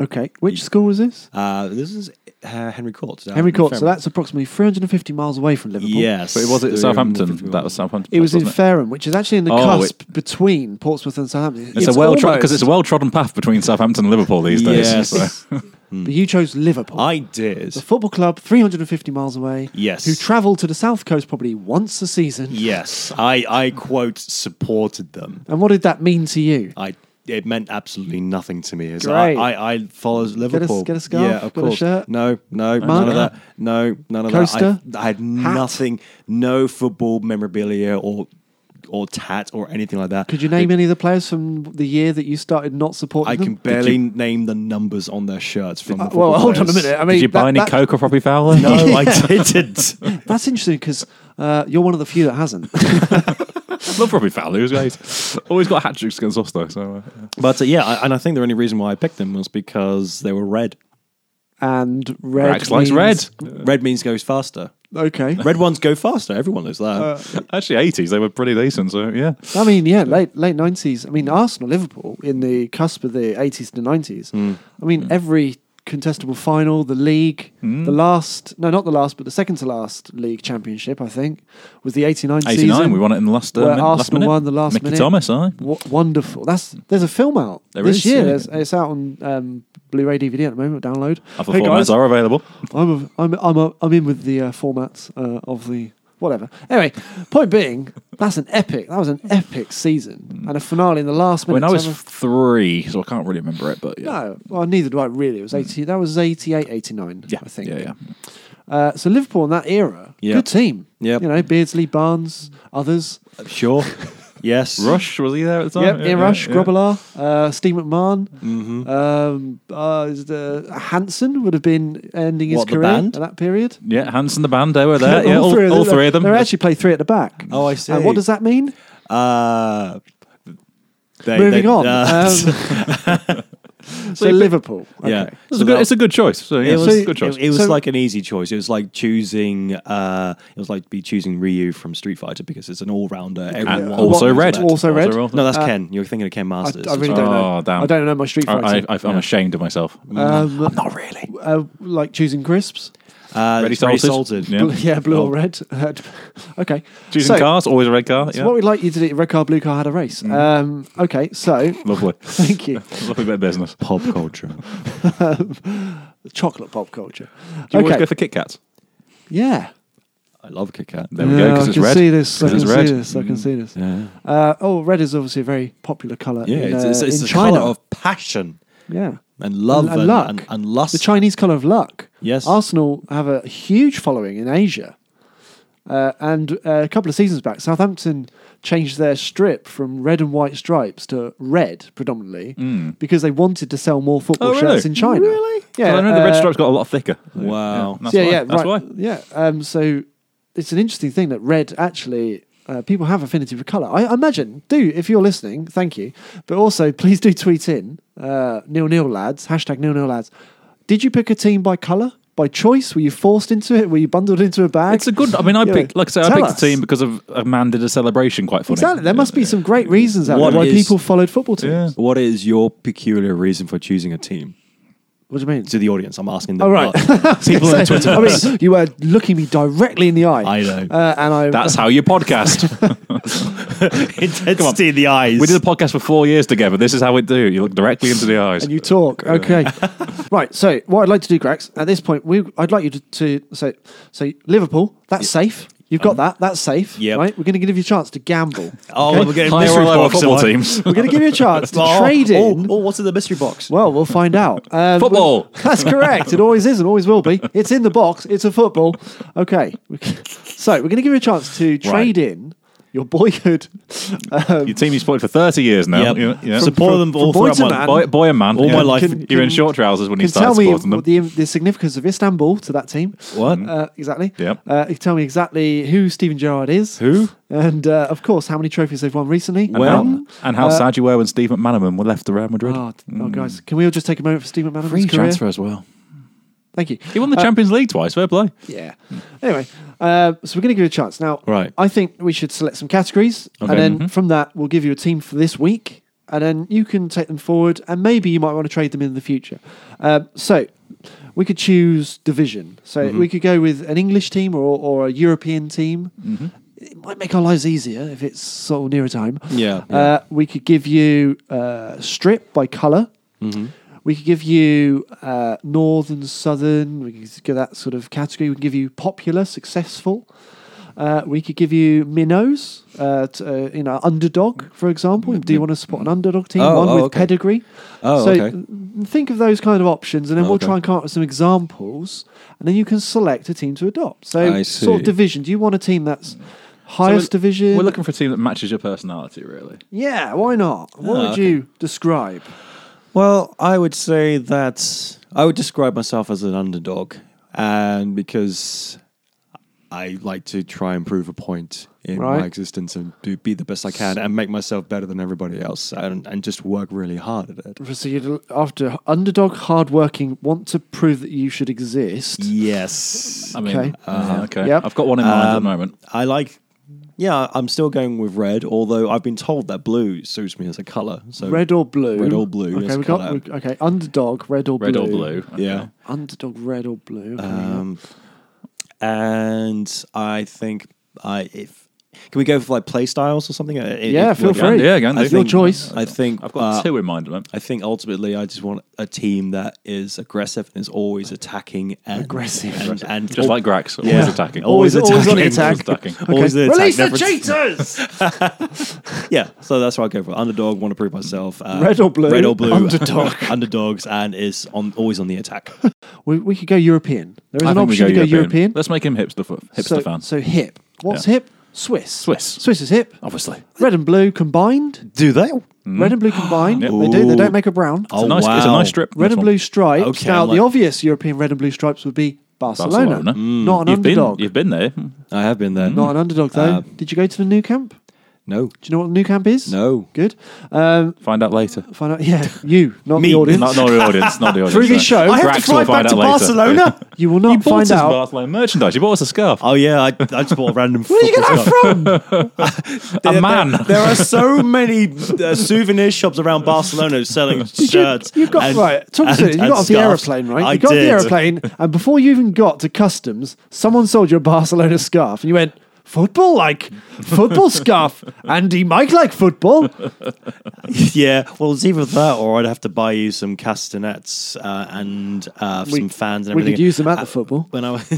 S1: Okay. Which school was this?
S4: Uh, this is uh, Henry Court. down
S1: Henry
S4: in
S1: Court. So
S4: Fairham.
S1: that's approximately 350 miles away from Liverpool.
S4: yes.
S2: But was it
S4: They're
S2: Southampton?
S4: 51.
S2: That was Southampton.
S1: It was in
S2: wasn't
S1: Fareham, which is actually in the
S2: Oh,
S1: cusp between Portsmouth and Southampton.
S2: It's, a well
S1: almost-
S2: because it's a well trodden path between Southampton and Liverpool these days.
S4: Yes.
S2: so.
S1: But you chose Liverpool.
S4: Hmm. I did.
S1: the football club, 350 miles away.
S4: Yes.
S1: Who travel to the south coast probably once a season.
S4: Yes, I I quote supported them.
S1: And what did that mean to you?
S4: I it meant absolutely nothing to me. As
S1: Great.
S4: I, I I follows Liverpool.
S1: get a scarf,
S4: Yeah, of
S1: get a
S4: course.
S1: shirt.
S4: No, no, none
S1: Mug.
S4: of that. No, none of
S1: Coaster.
S4: that. I, I had
S1: Hat.
S4: nothing. No football memorabilia or or tat or anything like that.
S1: Could you name any of the players from the year that you started not supporting
S4: I
S1: them? Uh,
S4: can barely name the numbers on their shirts from. the
S1: Well,
S4: football
S1: hold on a
S4: players.
S1: minute. I mean,
S2: Did you buy
S1: that-
S2: any
S1: that-
S2: Coke off Robbie Fowler?
S4: No, I didn't.
S1: That's interesting because uh, you're one of the few that hasn't.
S2: love Robbie Fowler. He was great. Always got hat tricks against us though. So uh,
S4: But uh, yeah, I, and I think the only reason why I picked them was because they were red.
S1: And red.
S2: Rax likes red.
S1: means-
S4: Red means goes faster.
S1: Okay.
S4: Red ones go faster. Everyone knows that.
S1: Uh,
S2: Actually, eighties they were pretty decent. So yeah, Mm.
S1: I mean, yeah, late late nineties. I mean, Arsenal, Liverpool in the cusp of the eighties to nineties.
S2: Mm.
S1: I mean, every contestable final, the league,
S2: Mm.
S1: the last no, not the last, but the second to last league championship, I think, was the eighty nine
S2: eighty nine.
S1: season.
S2: We won it in the last. Uh,
S1: where
S2: min- last
S1: Arsenal
S2: minute.
S1: won the last
S2: Mickey
S1: minute.
S2: Thomas, aye.
S1: W- wonderful. That's there's a film out
S2: There
S1: this
S2: is,
S1: year.
S2: yeah.
S1: There's, it's out on um, Blu-ray DVD at the moment. Download.
S2: Other
S1: Hey,
S2: formats
S1: guys.
S2: are available.
S1: I'm a, I'm a, I'm a, I'm in with the uh, formats uh, of the whatever. Anyway, point being, that's an epic. That was an epic season and a finale in the last
S2: Mm. I
S1: minute.
S2: mean, I was
S1: time
S2: three, so I can't really remember it. But yeah, Hmm.
S1: of- no, well, neither do I really. It was eighty. That was 88, 89,
S2: yeah,
S1: I think.
S2: Yeah, yeah.
S1: Uh, so Liverpool in that era,
S4: Yeah.
S1: good team.
S4: Yeah.
S1: you know Beardsley, Barnes, others.
S4: Sure. yes.
S2: Rush was he there at the time?
S1: Yep, Ian Rush,
S2: yeah. Mm-hmm.
S1: Grobbelaar, uh, Steve McMahon, um, uh, is the- Hansen would have been ending his
S4: What, the
S1: career
S4: band?
S1: at that period.
S2: Yeah, Hanson the band, they were there. Uh, yeah, all,
S1: three of them.
S2: all three of them. Mm.
S1: They actually play three at the back.
S4: Oh, I see.
S1: And what does that mean?
S4: Uh, they-
S1: Moving
S4: they-
S1: on.
S4: uh,
S1: Um, so Liverpool. Okay.
S4: yeah.
S2: It's,
S4: So
S2: a good,
S4: that-
S2: it's a good choice. So, yeah,
S4: it
S2: it's
S4: was,
S2: a good choice.
S4: It, it was
S1: So-
S4: like an easy choice. It was like choosing. Uh, it was like be choosing Ryu from Street Fighter because it's an all-rounder. Everyone
S2: And
S1: Yeah.
S2: also
S1: What-
S2: red.
S1: Also red.
S2: Also
S4: No, that's Ken. You're thinking of Ken
S1: I,
S4: Masters.
S1: I really
S2: Oh,
S1: don't know.
S2: damn.
S1: I don't know my Street
S2: I,
S1: fighter.
S2: I, I'm ashamed of myself.
S1: um,
S2: Not really.
S1: uh, like choosing crisps.
S4: uh,
S2: Ready
S4: it's very
S2: salted.
S4: salted.
S2: Yeah.
S1: Bl- yeah, blue
S4: Oh.
S1: or red. Uh, okay.
S2: Choosing
S1: so,
S2: cars, always a red car.
S1: so
S2: yeah. Mm-hmm.
S1: what we'd like you to do, red car, blue car, had a race. Um, okay, so
S2: Lovely.
S1: thank you.
S2: Lovely bit of business. Do
S4: Pop culture.
S1: Chocolate pop culture.
S2: you always
S1: okay.
S2: go for Kit Kats?
S1: yeah.
S4: I love Kit Kat.
S2: There we go,
S1: Yeah,
S2: because
S1: I
S2: it's
S1: can
S2: red.
S1: see this. I
S2: 'Cause
S1: can
S2: it's
S1: see
S2: red. Mm.
S1: this. I can see this.
S4: Yeah,
S1: Uh, oh, red is obviously a very popular color.
S4: yeah.
S1: in,
S4: It's,
S1: uh,
S4: it's, it's
S1: in
S4: the
S1: China.
S4: color of passion
S1: yeah,
S4: and love
S1: And- and
S4: and,
S1: luck.
S4: and, and lust.
S1: the Chinese color of luck.
S4: Yes.
S1: Arsenal have a huge following in Asia, uh, and uh, a couple of seasons back, Southampton changed their strip from red and white stripes to red predominantly because they wanted to sell more football
S2: Mm. Hmm. Oh, really?
S1: shirts in China. Really? Yeah.
S2: I know the red
S1: uh,
S2: stripes got a lot thicker.
S4: Wow.
S2: Yeah, that's
S1: yeah,
S2: why.
S1: yeah,
S2: That's
S1: right.
S2: why.
S1: Yeah. Um, so it's an interesting thing that red actually. Uh, people have affinity for colour. I I imagine, do if you're listening, thank you. But also, please do tweet in uh, nil nil lads hashtag nil nil lads. Did you pick a team by colour, by choice? Were you forced into it? Were you bundled into a bag?
S2: It's a good. I mean, I
S1: You know,
S2: picked, like I said, I
S1: tell
S2: picked
S1: us.
S2: a team because of a man did a celebration. Quite funny.
S1: Exactly. There must be some great reasons out
S4: What
S1: there why
S4: is-
S1: people followed football teams.
S2: Yeah.
S4: What is your peculiar reason for choosing a team?
S1: What do you mean?
S4: to the audience. I'm asking them.
S1: Oh, right.
S4: uh, people on Twitter.
S1: I mean, you were looking me directly in the eye.
S4: I know.
S1: Uh, and I.
S2: That's how you podcast.
S4: intensity in the eyes.
S2: we did a podcast for four years together. This is how we do. You look directly into the eyes.
S1: and you talk. Okay. right. So, what I'd like to do, Grex, at this point, we I'd like you to, to say, so Liverpool, that's safe. You've got that. That's safe.
S4: Um, Yep.
S1: Right. We're going to give you a chance to gamble.
S4: oh, we're getting
S2: Higher
S4: mystery
S2: or lower
S4: box
S2: football
S4: one.
S2: teams.
S1: We're going to give you a chance to trade in.
S4: Oh, what's in the mystery box?
S1: Well, we'll find out. Um,
S2: Football.
S1: we- that's correct. It always is and always will be. It's in the box. It's a football. Okay. We c- So we're going to give you a chance to trade in your boyhood. Um,
S2: Your team you supported for 30 years now.
S4: Yep.
S2: You- yeah.
S4: Support
S1: From-
S4: them
S1: from
S4: all
S1: boy
S4: throughout
S1: to
S4: my
S1: man.
S2: boy, boy and man.
S4: All my life.
S1: Can-
S2: You're in
S1: can-
S2: short trousers when you
S1: can
S2: start
S1: tell me
S2: supporting them.
S1: what the, the significance of Istanbul to that team.
S4: What?
S1: Uh, exactly.
S2: Mm-hmm. Yep.
S1: Uh, you can tell me exactly who Steven Gerrard is.
S2: Who?
S1: And uh, of course, how many trophies they've won recently.
S2: And how, and how sad you were when Steve McManaman were left to Real Madrid.
S1: Oh, d- oh, guys, can we all just take a moment for Steve McManaman's
S2: mm. Free
S1: career?
S2: transfer as well.
S1: Thank you.
S2: He won the Champions League twice. Fair play.
S1: Yeah. Anyway, uh, so we're going to give you a chance now.
S4: Right. Mm-hmm.
S1: I think we should select some categories,
S2: Okay.
S1: and then from that, we'll give you a team for this week, and then you can take them forward, and maybe you might want to trade them in the future. Um, so we could choose division. So
S4: Mm-hmm.
S1: we could go with an English team or, or a European team.
S4: Mm-hmm.
S1: It might make our lives easier if it's sort of nearer time.
S4: Yeah.
S1: Uh, we could give you uh, strip by color.
S4: Mm.
S1: We could give you uh, northern, southern. We could give that sort of category. We can give you popular, successful. Uh, we could give you minnows, uh, t- uh, you know, underdog, for example. Do you want to support an underdog team?
S4: Oh,
S1: one
S4: oh,
S1: with
S4: okay.
S1: pedigree.
S4: Oh,
S1: so
S4: okay.
S1: th- think of those kind of options, and then
S4: Oh,
S1: we'll
S4: okay.
S1: try and come up with some examples, and then you can select a team to adopt. So
S4: I
S1: sort
S4: see. Mm.
S1: of division. Do you want a team that's
S2: So
S1: highest
S2: we're-
S1: division?
S2: We're looking for a team that matches your personality, really.
S1: yeah, why not? What
S4: Ah,
S1: would
S4: okay.
S1: you describe?
S4: Well, I would say that I would describe myself as an underdog, and because I like to try and prove a point in
S1: Right.
S4: my existence and do be the best I can and make myself better than everybody else, and, and just work really hard at it.
S1: So you'd, after underdog, hardworking, want to prove that you should exist.
S4: Yes,
S2: I mean,
S1: Okay. Uh-huh.
S2: uh, okay.
S1: Yep.
S2: I've got one in mind at the
S4: Um,
S2: moment.
S4: I like. Yeah, I'm still going with red, although I've been told that blue suits me as a color. So
S1: Red or blue?
S4: Red or blue,
S1: Okay,
S4: yes,
S1: we got
S4: colour.
S1: we- okay. Underdog, red or blue.
S2: Red or blue. Okay.
S4: yeah.
S1: Underdog, red or blue. Okay,
S4: Um, and I think I if can we go for like play styles or something? Uh, it-
S1: Yeah,
S4: it
S1: feel
S4: would-
S1: free.
S2: Yeah, can
S1: That's
S2: do.
S1: your choice.
S4: I think
S2: I've got
S4: uh,
S2: two in mind at the moment.
S4: I think ultimately, I just want a team that is aggressive and is always attacking and
S1: Aggressive.
S4: and, and
S2: Just like Grax, always
S4: Yeah.
S2: attacking.
S1: Always- always on the
S2: Always
S1: attack.
S2: attacking.
S1: Okay.
S4: always the attack,
S1: Release the
S4: never-
S1: cheaters.
S4: yeah. So that's what I go for. Underdog, want to prove myself. Uh,
S1: Red or blue?
S4: Red or blue.
S1: Underdog.
S4: underdogs, and is on always on the attack.
S1: we, we could go European. There is
S2: I
S1: an
S2: think we
S1: option to go European.
S2: Let's make him hipster, fo- hipster
S1: so,
S2: fan.
S1: So hip. What's
S2: Yeah.
S1: hip? Swiss.
S2: Swiss. Oh.
S1: Swiss is hip.
S2: Obviously.
S1: Red and blue combined.
S4: Do they?
S1: Red and blue
S2: Mm.
S1: combined.
S2: Yep.
S1: They do. They
S4: Ooh.
S1: don't make a brown.
S2: It's,
S4: Oh,
S2: a nice, it's a
S4: wow.
S2: nice strip.
S1: Red
S2: this
S1: and
S2: one.
S1: blue stripes.
S4: Okay,
S1: now,
S4: I'm
S1: the
S4: like-
S1: obvious European red and blue stripes would be Barcelona,
S2: Barcelona.
S4: Hmm.
S2: Mm.
S1: not an
S2: You've been,
S1: underdog.
S2: you've been there.
S4: I have been there.
S1: Not an underdog though.
S4: Uh,
S1: Did you go to the new camp? Do
S4: no.
S1: you know what the new camp is?
S4: No.
S1: Good. Um,
S2: Find out later.
S1: find out. Yeah, you, not the audience.
S2: Not, not the audience. Not the audience.
S1: Through this
S2: no.
S1: show- I have to
S2: Grax will find out later.
S1: you will
S2: You
S1: not
S2: bought us
S1: find out.
S2: Barcelona merchandise. You bought us a scarf.
S4: Oh yeah, I, I just bought a random.
S1: Where did you get
S4: football
S1: that
S4: scarf.
S1: from?
S2: A
S4: There-
S2: man.
S4: There, there are so many uh, souvenir shops around Barcelona selling shirts.
S1: You got
S4: and-
S1: right. Talk to
S4: and-
S1: you
S4: and
S1: got off the
S4: scarves.
S1: aeroplane, right?
S4: I
S1: you got off
S4: did.
S1: the aeroplane, and before you even got to customs, someone sold you a Barcelona scarf, and you went. Football like football scarf. Andy Mike like football.
S4: Yeah. Well, it's either that, or I'd have to buy you some castanets uh, and uh,
S1: We-
S4: some fans and
S1: We
S4: everything.
S1: could use them at the football.
S4: when I, was-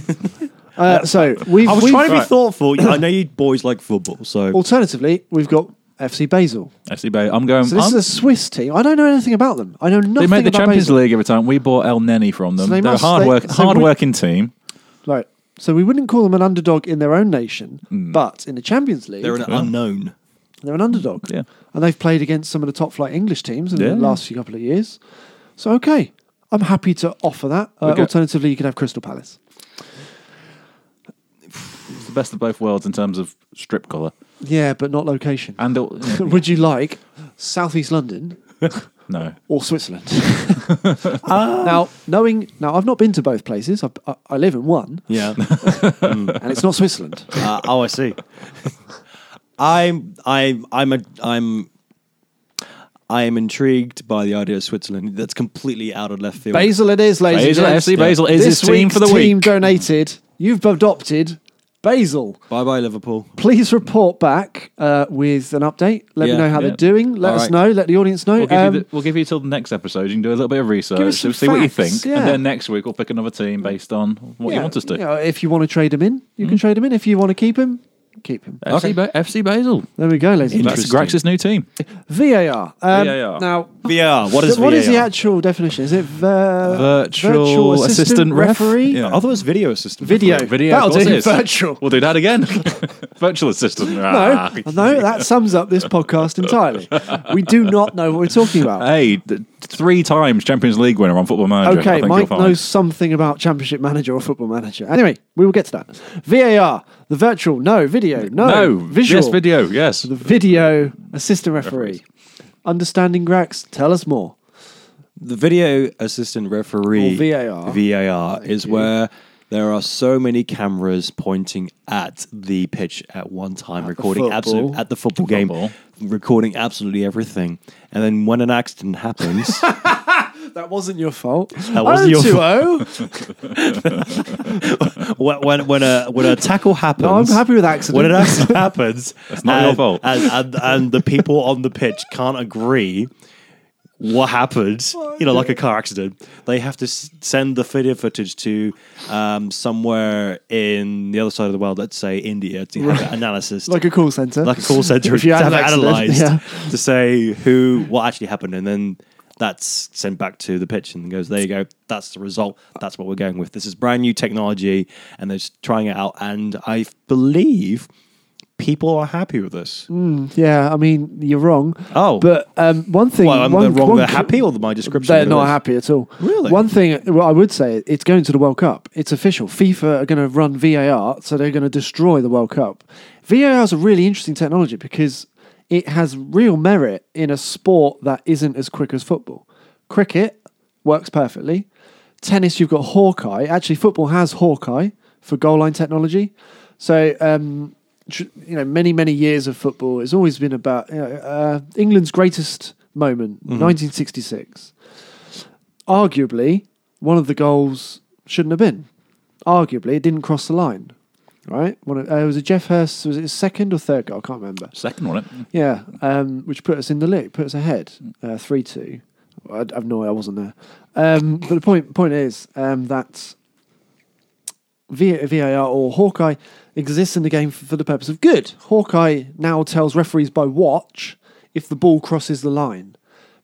S1: Uh, so we've,
S4: I was
S1: we've
S4: trying to be
S2: Right.
S4: thoughtful. I know you boys like football, so
S1: Alternatively, we've got FC Basel.
S2: FC Bay. I'm going.
S1: So this
S4: Uh-huh.
S2: I'm-
S1: is a Swiss team. I don't know anything about them. I know nothing
S2: they made the
S1: about
S2: Champions
S1: Basel.
S2: League every time. We bought El Nenny from them.
S1: So they
S2: They're a
S1: must-
S2: hard,
S1: they-
S2: work,
S1: so
S2: hard
S1: we-
S2: working team.
S1: Right. So we wouldn't call them an underdog in their own nation, but in the Champions League,
S4: Hmm. they're an unknown.
S1: they're an underdog.
S2: Yeah.
S1: And they've played against some of the top flight English teams in
S2: Yeah.
S1: the last few couple of years. So, okay. I'm happy to offer that. Uh,
S2: Okay.
S1: Alternatively, you can have Crystal Palace.
S2: It's the best of both worlds in terms of strip colour.
S1: Yeah, but not location.
S2: And it'll-
S1: Would you like Southeast London
S2: no.
S1: or Switzerland? now, knowing, now I've not been to both places. I, I, I live in one,
S4: Yeah.
S1: and it's not Switzerland.
S4: uh, oh, I see. I'm I'm I'm a I'm I am intrigued by the idea of Switzerland. That's completely out of left field.
S1: Basel it is, ladies
S2: Basel,
S1: and gents.
S2: FC Basel is
S1: this
S2: his team
S1: week's
S2: for the
S1: team
S2: week.
S1: donated. You've adopted Basel.
S4: Bye bye, Liverpool.
S1: Please report back uh, with an update. Let me
S4: Yeah,
S1: know how
S2: yeah.
S1: they're doing. Let
S4: All
S1: us
S4: right.
S1: know. Let the audience know.
S2: We'll give,
S1: Um,
S2: you the, we'll give you till the next episode. You can do a little bit of research,
S1: Give us some
S2: see what you
S1: facts,
S2: think,
S1: yeah.
S2: and then next week we'll pick another team based on what you
S1: yeah,
S2: want us to. Mm-hmm.
S1: know, if you want to trade him in, you can trade him in. If you want to keep him, keep him.
S2: FC, ba- FC Basel.
S1: There we go, ladies and
S2: That's
S1: gents.
S2: Grax's new team.
S1: VAR. Um,
S2: VAR.
S1: Now,
S4: VR. What is
S1: what is the
S4: VAR?
S1: actual definition? Is it v-
S2: Virtual assistant ref?
S1: referee?
S2: Yeah.
S4: I thought it was video assistant.
S1: Video.
S2: Video.
S1: That'll
S2: of course
S1: do.
S2: it is.
S1: Virtual.
S2: We'll do that again. virtual assistant.
S1: No,
S2: Ah.
S1: no, that sums up this podcast entirely. We do not know what we're talking about.
S2: Hey, th- three times Champions League winner on Football Manager. I
S1: Okay,
S2: think
S1: Mike
S2: you'll find.
S1: knows something about Championship Manager or Football Manager. Anyway, we will get to that. VAR, the virtual, no, video, no,
S2: No,
S1: visual,
S2: Yes, video. Yes.
S1: the video assistant referee. Understanding Grax, tell us more.
S4: The video assistant referee
S1: Or VAR.
S4: VAR is where there are so many cameras pointing at the pitch at one time, recording
S1: football.
S4: absolute at the football game,
S2: Football.
S4: recording absolutely everything. And then when an accident happens,
S1: That wasn't your fault. Oh That
S4: wasn't your
S1: fault.
S4: when when when a when a tackle happens,
S1: No, I'm happy with accident.
S4: When an accident happens, it's
S2: not your fault.
S4: And, and and the people on the pitch can't agree what happened. You know, like a car accident, they have to s- send the video footage to um, somewhere in the other side of the world. Let's say India to have an analysis,
S1: like a call center.
S4: like a call center
S1: If you
S4: to
S1: had
S4: have
S1: an
S4: it
S1: accident,
S4: analyzed
S1: yeah.
S4: to say who what actually happened, and then. That's sent back to the pitch and goes, There you go. That's the result. That's what we're going with. This is brand new technology and they're just trying it out. And I believe people are happy with this.
S1: Mm. yeah, I mean you're wrong.
S4: Oh.
S1: but um, one thing.
S4: Well, I'm
S1: one,
S4: they're wrong.
S1: one-
S4: they're happy or my description?
S1: They're
S4: of
S1: not
S4: this?
S1: happy at all.
S4: Really?
S1: One thing well, I would say it's going to the World Cup. It's official. FIFA are going to run VAR, so they're going to destroy the World Cup. VAR is a really interesting technology because it has real merit in a sport that isn't as quick as football. Cricket works perfectly. Tennis, you've got Hawkeye. Actually, football has Hawkeye for goal line technology. So, um, tr- you know, many, many years of football has always been about you know, uh, England's greatest moment, 1966 arguably one of the goals shouldn't have been. Arguably, it didn't cross the line. Right? One of, uh, it was a Jeff Hurst. Was it his second or third goal? I can't remember.
S2: Second one. eh? It.
S1: Yeah, um, which put us in the lead, put us ahead, uh, three two. I I have no idea. I wasn't there. Um, but the point point is um, that V- VAR or Hawkeye exists in the game for, for the purpose of good. Hawkeye now tells referees by watch if the ball crosses the line,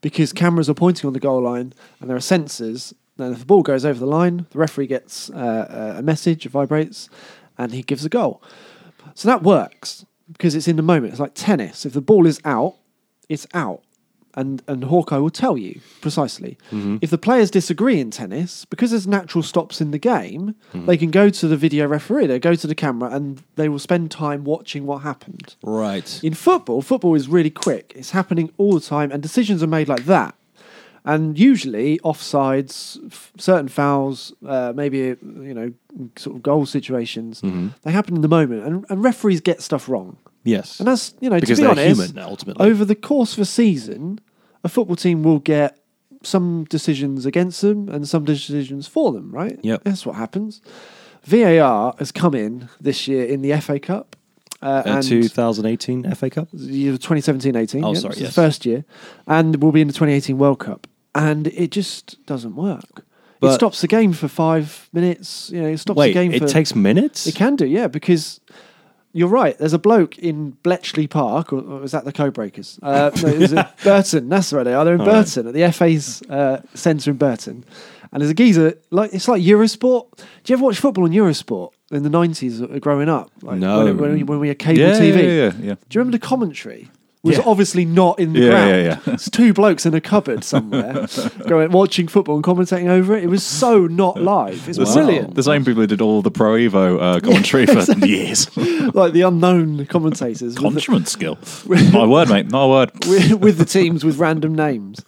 S1: because cameras are pointing on the goal line and there are sensors. And if the ball goes over the line, the referee gets uh, a message, it vibrates, and he gives a goal. So that works because it's in the moment. It's like tennis. If the ball is out, it's out. And, and Hawkeye will tell you precisely. If the players disagree in tennis, because there's natural stops in the game, they can go to the video referee, they go to the camera, and they will spend time watching what happened.
S4: Right.
S1: In football, football is really quick. It's happening all the time, and decisions are made like that. And usually, offsides, f- certain fouls, uh, maybe you know, sort of goal situations, they happen in the moment, and, and referees get stuff wrong.
S4: Yes.
S1: And that's you know,
S4: Because
S1: to be
S4: they're
S1: honest,
S4: human, ultimately.
S1: over the course of a season, a football team will get some decisions against them and some decisions for them, right?
S4: Yep.
S1: That's what happens. VAR has come in this year in the FA Cup. Uh,
S4: Uh,
S1: and
S4: 2018 FA Cup.
S1: year 2017 18.
S4: Oh,
S1: yeah,
S4: sorry,
S1: it's the
S4: yes.
S1: first year. And we'll be in the 2018 World Cup. And it just doesn't work. it
S4: But-
S1: stops the game for five minutes. You know, it stops
S4: Wait,
S1: the game
S4: it
S1: for.
S4: takes minutes.
S1: It can do, yeah, because you're right. There's a bloke in Bletchley Park, or, or is that the Codebreakers? Uh, no, it was in Burton. That's where they are. Oh, They're
S2: Oh,
S1: in Burton at the FA's uh, centre in Burton. And there's a geezer like it's like Eurosport. Do you ever watch football on Eurosport in the nineties uh, growing up? Like
S4: No.
S1: When, when, we- when we had cable
S2: Yeah,
S1: TV.
S2: yeah, yeah, yeah.
S1: Do you remember the commentary? Was
S4: Yeah.
S1: obviously not in the
S2: Yeah,
S1: ground.
S2: yeah, yeah.
S1: It's two blokes in a cupboard somewhere going watching football and commentating over it. It was so not live. It's
S2: The,
S1: brilliant.
S2: Same, the same people who did all the Pro Evo uh, commentary for years.
S1: like the unknown commentators with the,
S2: Contriment skill. My word, mate. My word.
S1: with, with the teams with random names.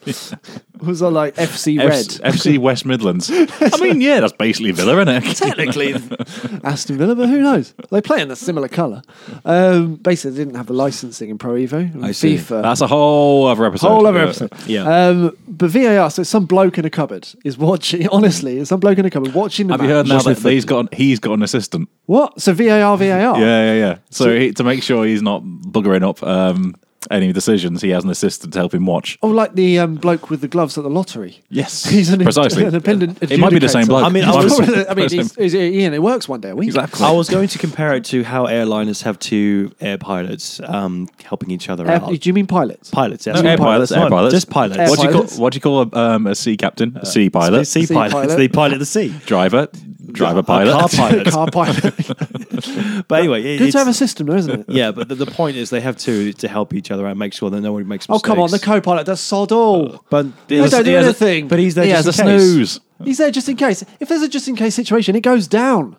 S1: was on like FC
S2: F-
S1: Red,
S2: FC West Midlands. I mean, yeah, that's basically Villa, isn't it?
S4: Technically,
S1: Aston Villa, but who knows? They play in a similar colour. Um, basically, they didn't have the licensing in Pro Evo. and
S4: I see.
S1: FIFA.
S2: That's a whole other episode.
S1: Whole other episode.
S4: Yeah.
S1: Um, but VAR, so some bloke in a cupboard is watching. Honestly, it's some bloke in a cupboard watching the
S2: Have
S1: match.
S2: you heard now
S4: Just
S2: that
S4: with the-
S2: he's got he's got an assistant?
S1: What? So VAR, VAR.
S2: Yeah, yeah, yeah. So he, to make sure he's not buggering up um, any decisions, he has an assistant to help him watch.
S1: Oh, like the um, bloke with the gloves at the lottery.
S2: Yes,
S1: He's an,
S2: precisely.
S1: an independent.
S2: It might be the same
S1: adjudicator.
S2: bloke.
S4: I mean,
S2: It
S4: I
S2: might be
S4: was-
S2: the same
S1: I mean, he's,
S2: person.
S1: he's, Ian, it works one day a week.
S2: exactly.
S4: I was going to compare it to how airliners have two air pilots um, helping each other
S1: Air-
S4: out.
S1: do you mean pilots?
S4: Pilots, yes.
S2: No, air pilots, air
S4: Fine,
S2: pilots.
S4: Just pilots.
S1: Air
S2: what do you call
S1: pilots.
S2: what do you call a, um, a sea captain? A sea pilot,
S4: Sea,
S1: Sea
S4: pilots.
S1: pilot.
S4: They pilot the sea.
S2: driver, driver
S4: A
S2: pilot.
S4: car pilot.
S1: Car pilot.
S4: But anyway, it-
S1: Good
S4: it's,
S1: to have a system, though, isn't it?
S4: yeah. But the, the point is, they have two to help each other out, and make sure that no one makes
S1: Oh,
S4: mistakes.
S1: come on, the co-pilot does sod all.
S4: But
S1: They don't do
S4: he has a-
S1: anything.
S4: but he's there
S2: He
S4: just
S2: has
S4: in
S2: a
S4: case.
S2: snooze.
S1: He's there just in case. If there's a just in case situation, it goes down.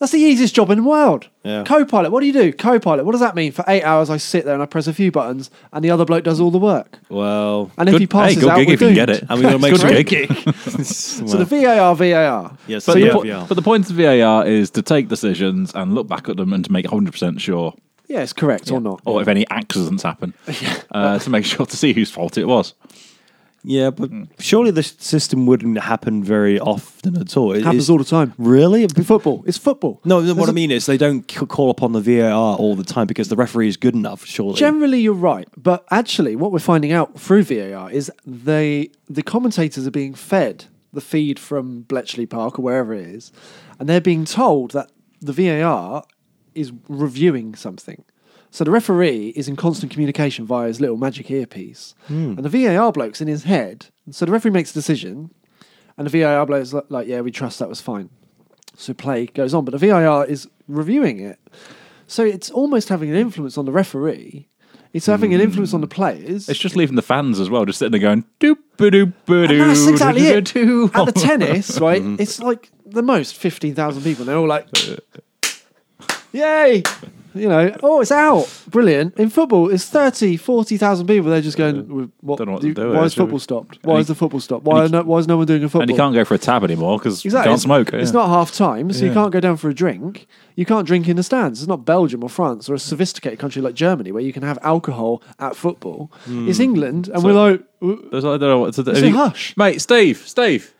S1: That's the easiest job in the world.
S4: Yeah.
S1: Co-pilot, what do you do? Co-pilot, what does that mean? For eight hours, I sit there and I press a few buttons, and the other bloke does all the work.
S4: Well,
S1: And if
S2: Good-
S1: he passes
S2: hey, good
S1: out,
S2: gig
S1: we're
S2: if you can get
S1: doomed.
S2: it.
S4: and we got to make
S2: Good
S4: sure.
S2: gig.
S1: So the VAR, VAR.
S4: yes,
S2: But,
S4: yeah,
S2: the po-
S4: yeah.
S2: but the point of VAR is to take decisions and look back at them and to make 100% sure,
S1: Yeah, Oh, it's correct or not.
S2: or if any accidents happen, uh, to make sure to see whose fault it was.
S4: Yeah, but surely the system wouldn't happen very often at all. It
S1: Happens
S4: is-
S1: all the time.
S4: Really?
S1: Football. It's football.
S4: No, no,
S1: There's
S4: what I
S1: a-
S4: mean is they don't c- call upon the VAR all the time because the referee is good enough. Surely.
S1: Generally, you're right, but actually, what we're finding out through VAR is they the commentators are being fed the feed from Bletchley Park or wherever it is, and they're being told that the VAR is reviewing something. So the referee is in constant communication via his little magic earpiece, and the VAR bloke's in his head. So the referee makes a decision, and the VAR bloke's li- like, "Yeah, we trust that was fine." So play goes on, but the VAR is reviewing it. So it's almost having an influence on the referee. It's having an influence on the players.
S2: It's just leaving the fans as well, just sitting there going, doop, doop, doop,
S1: and that's exactly it. At the tennis, right?
S2: Mm-hmm.
S1: It's like the most fifteen thousand people. and They're all like, "Yay!" You know, oh, it's out. Brilliant. In football, it's 30, 40,000 people. They're just going, "Well, what,
S2: Don't know what
S1: do-
S2: to do with
S1: why
S2: it,
S1: is
S2: should we?"
S1: football stopped? Why is the football stopped? Why,
S2: he-
S1: are no, why is no one doing a football?
S2: And you can't go for a tab anymore because
S1: Exactly.
S2: you can't smoke.
S1: It's
S2: yeah.
S1: not half time, so you can't go down for a drink. You can't drink in the stands. It's not Belgium or France or a sophisticated country like Germany where you can have alcohol at football.
S4: Hmm.
S1: It's England, and we're like, "Uh,
S2: There's- I don't know what to do.
S1: It's a hush.
S2: Mate, Steve, Steve,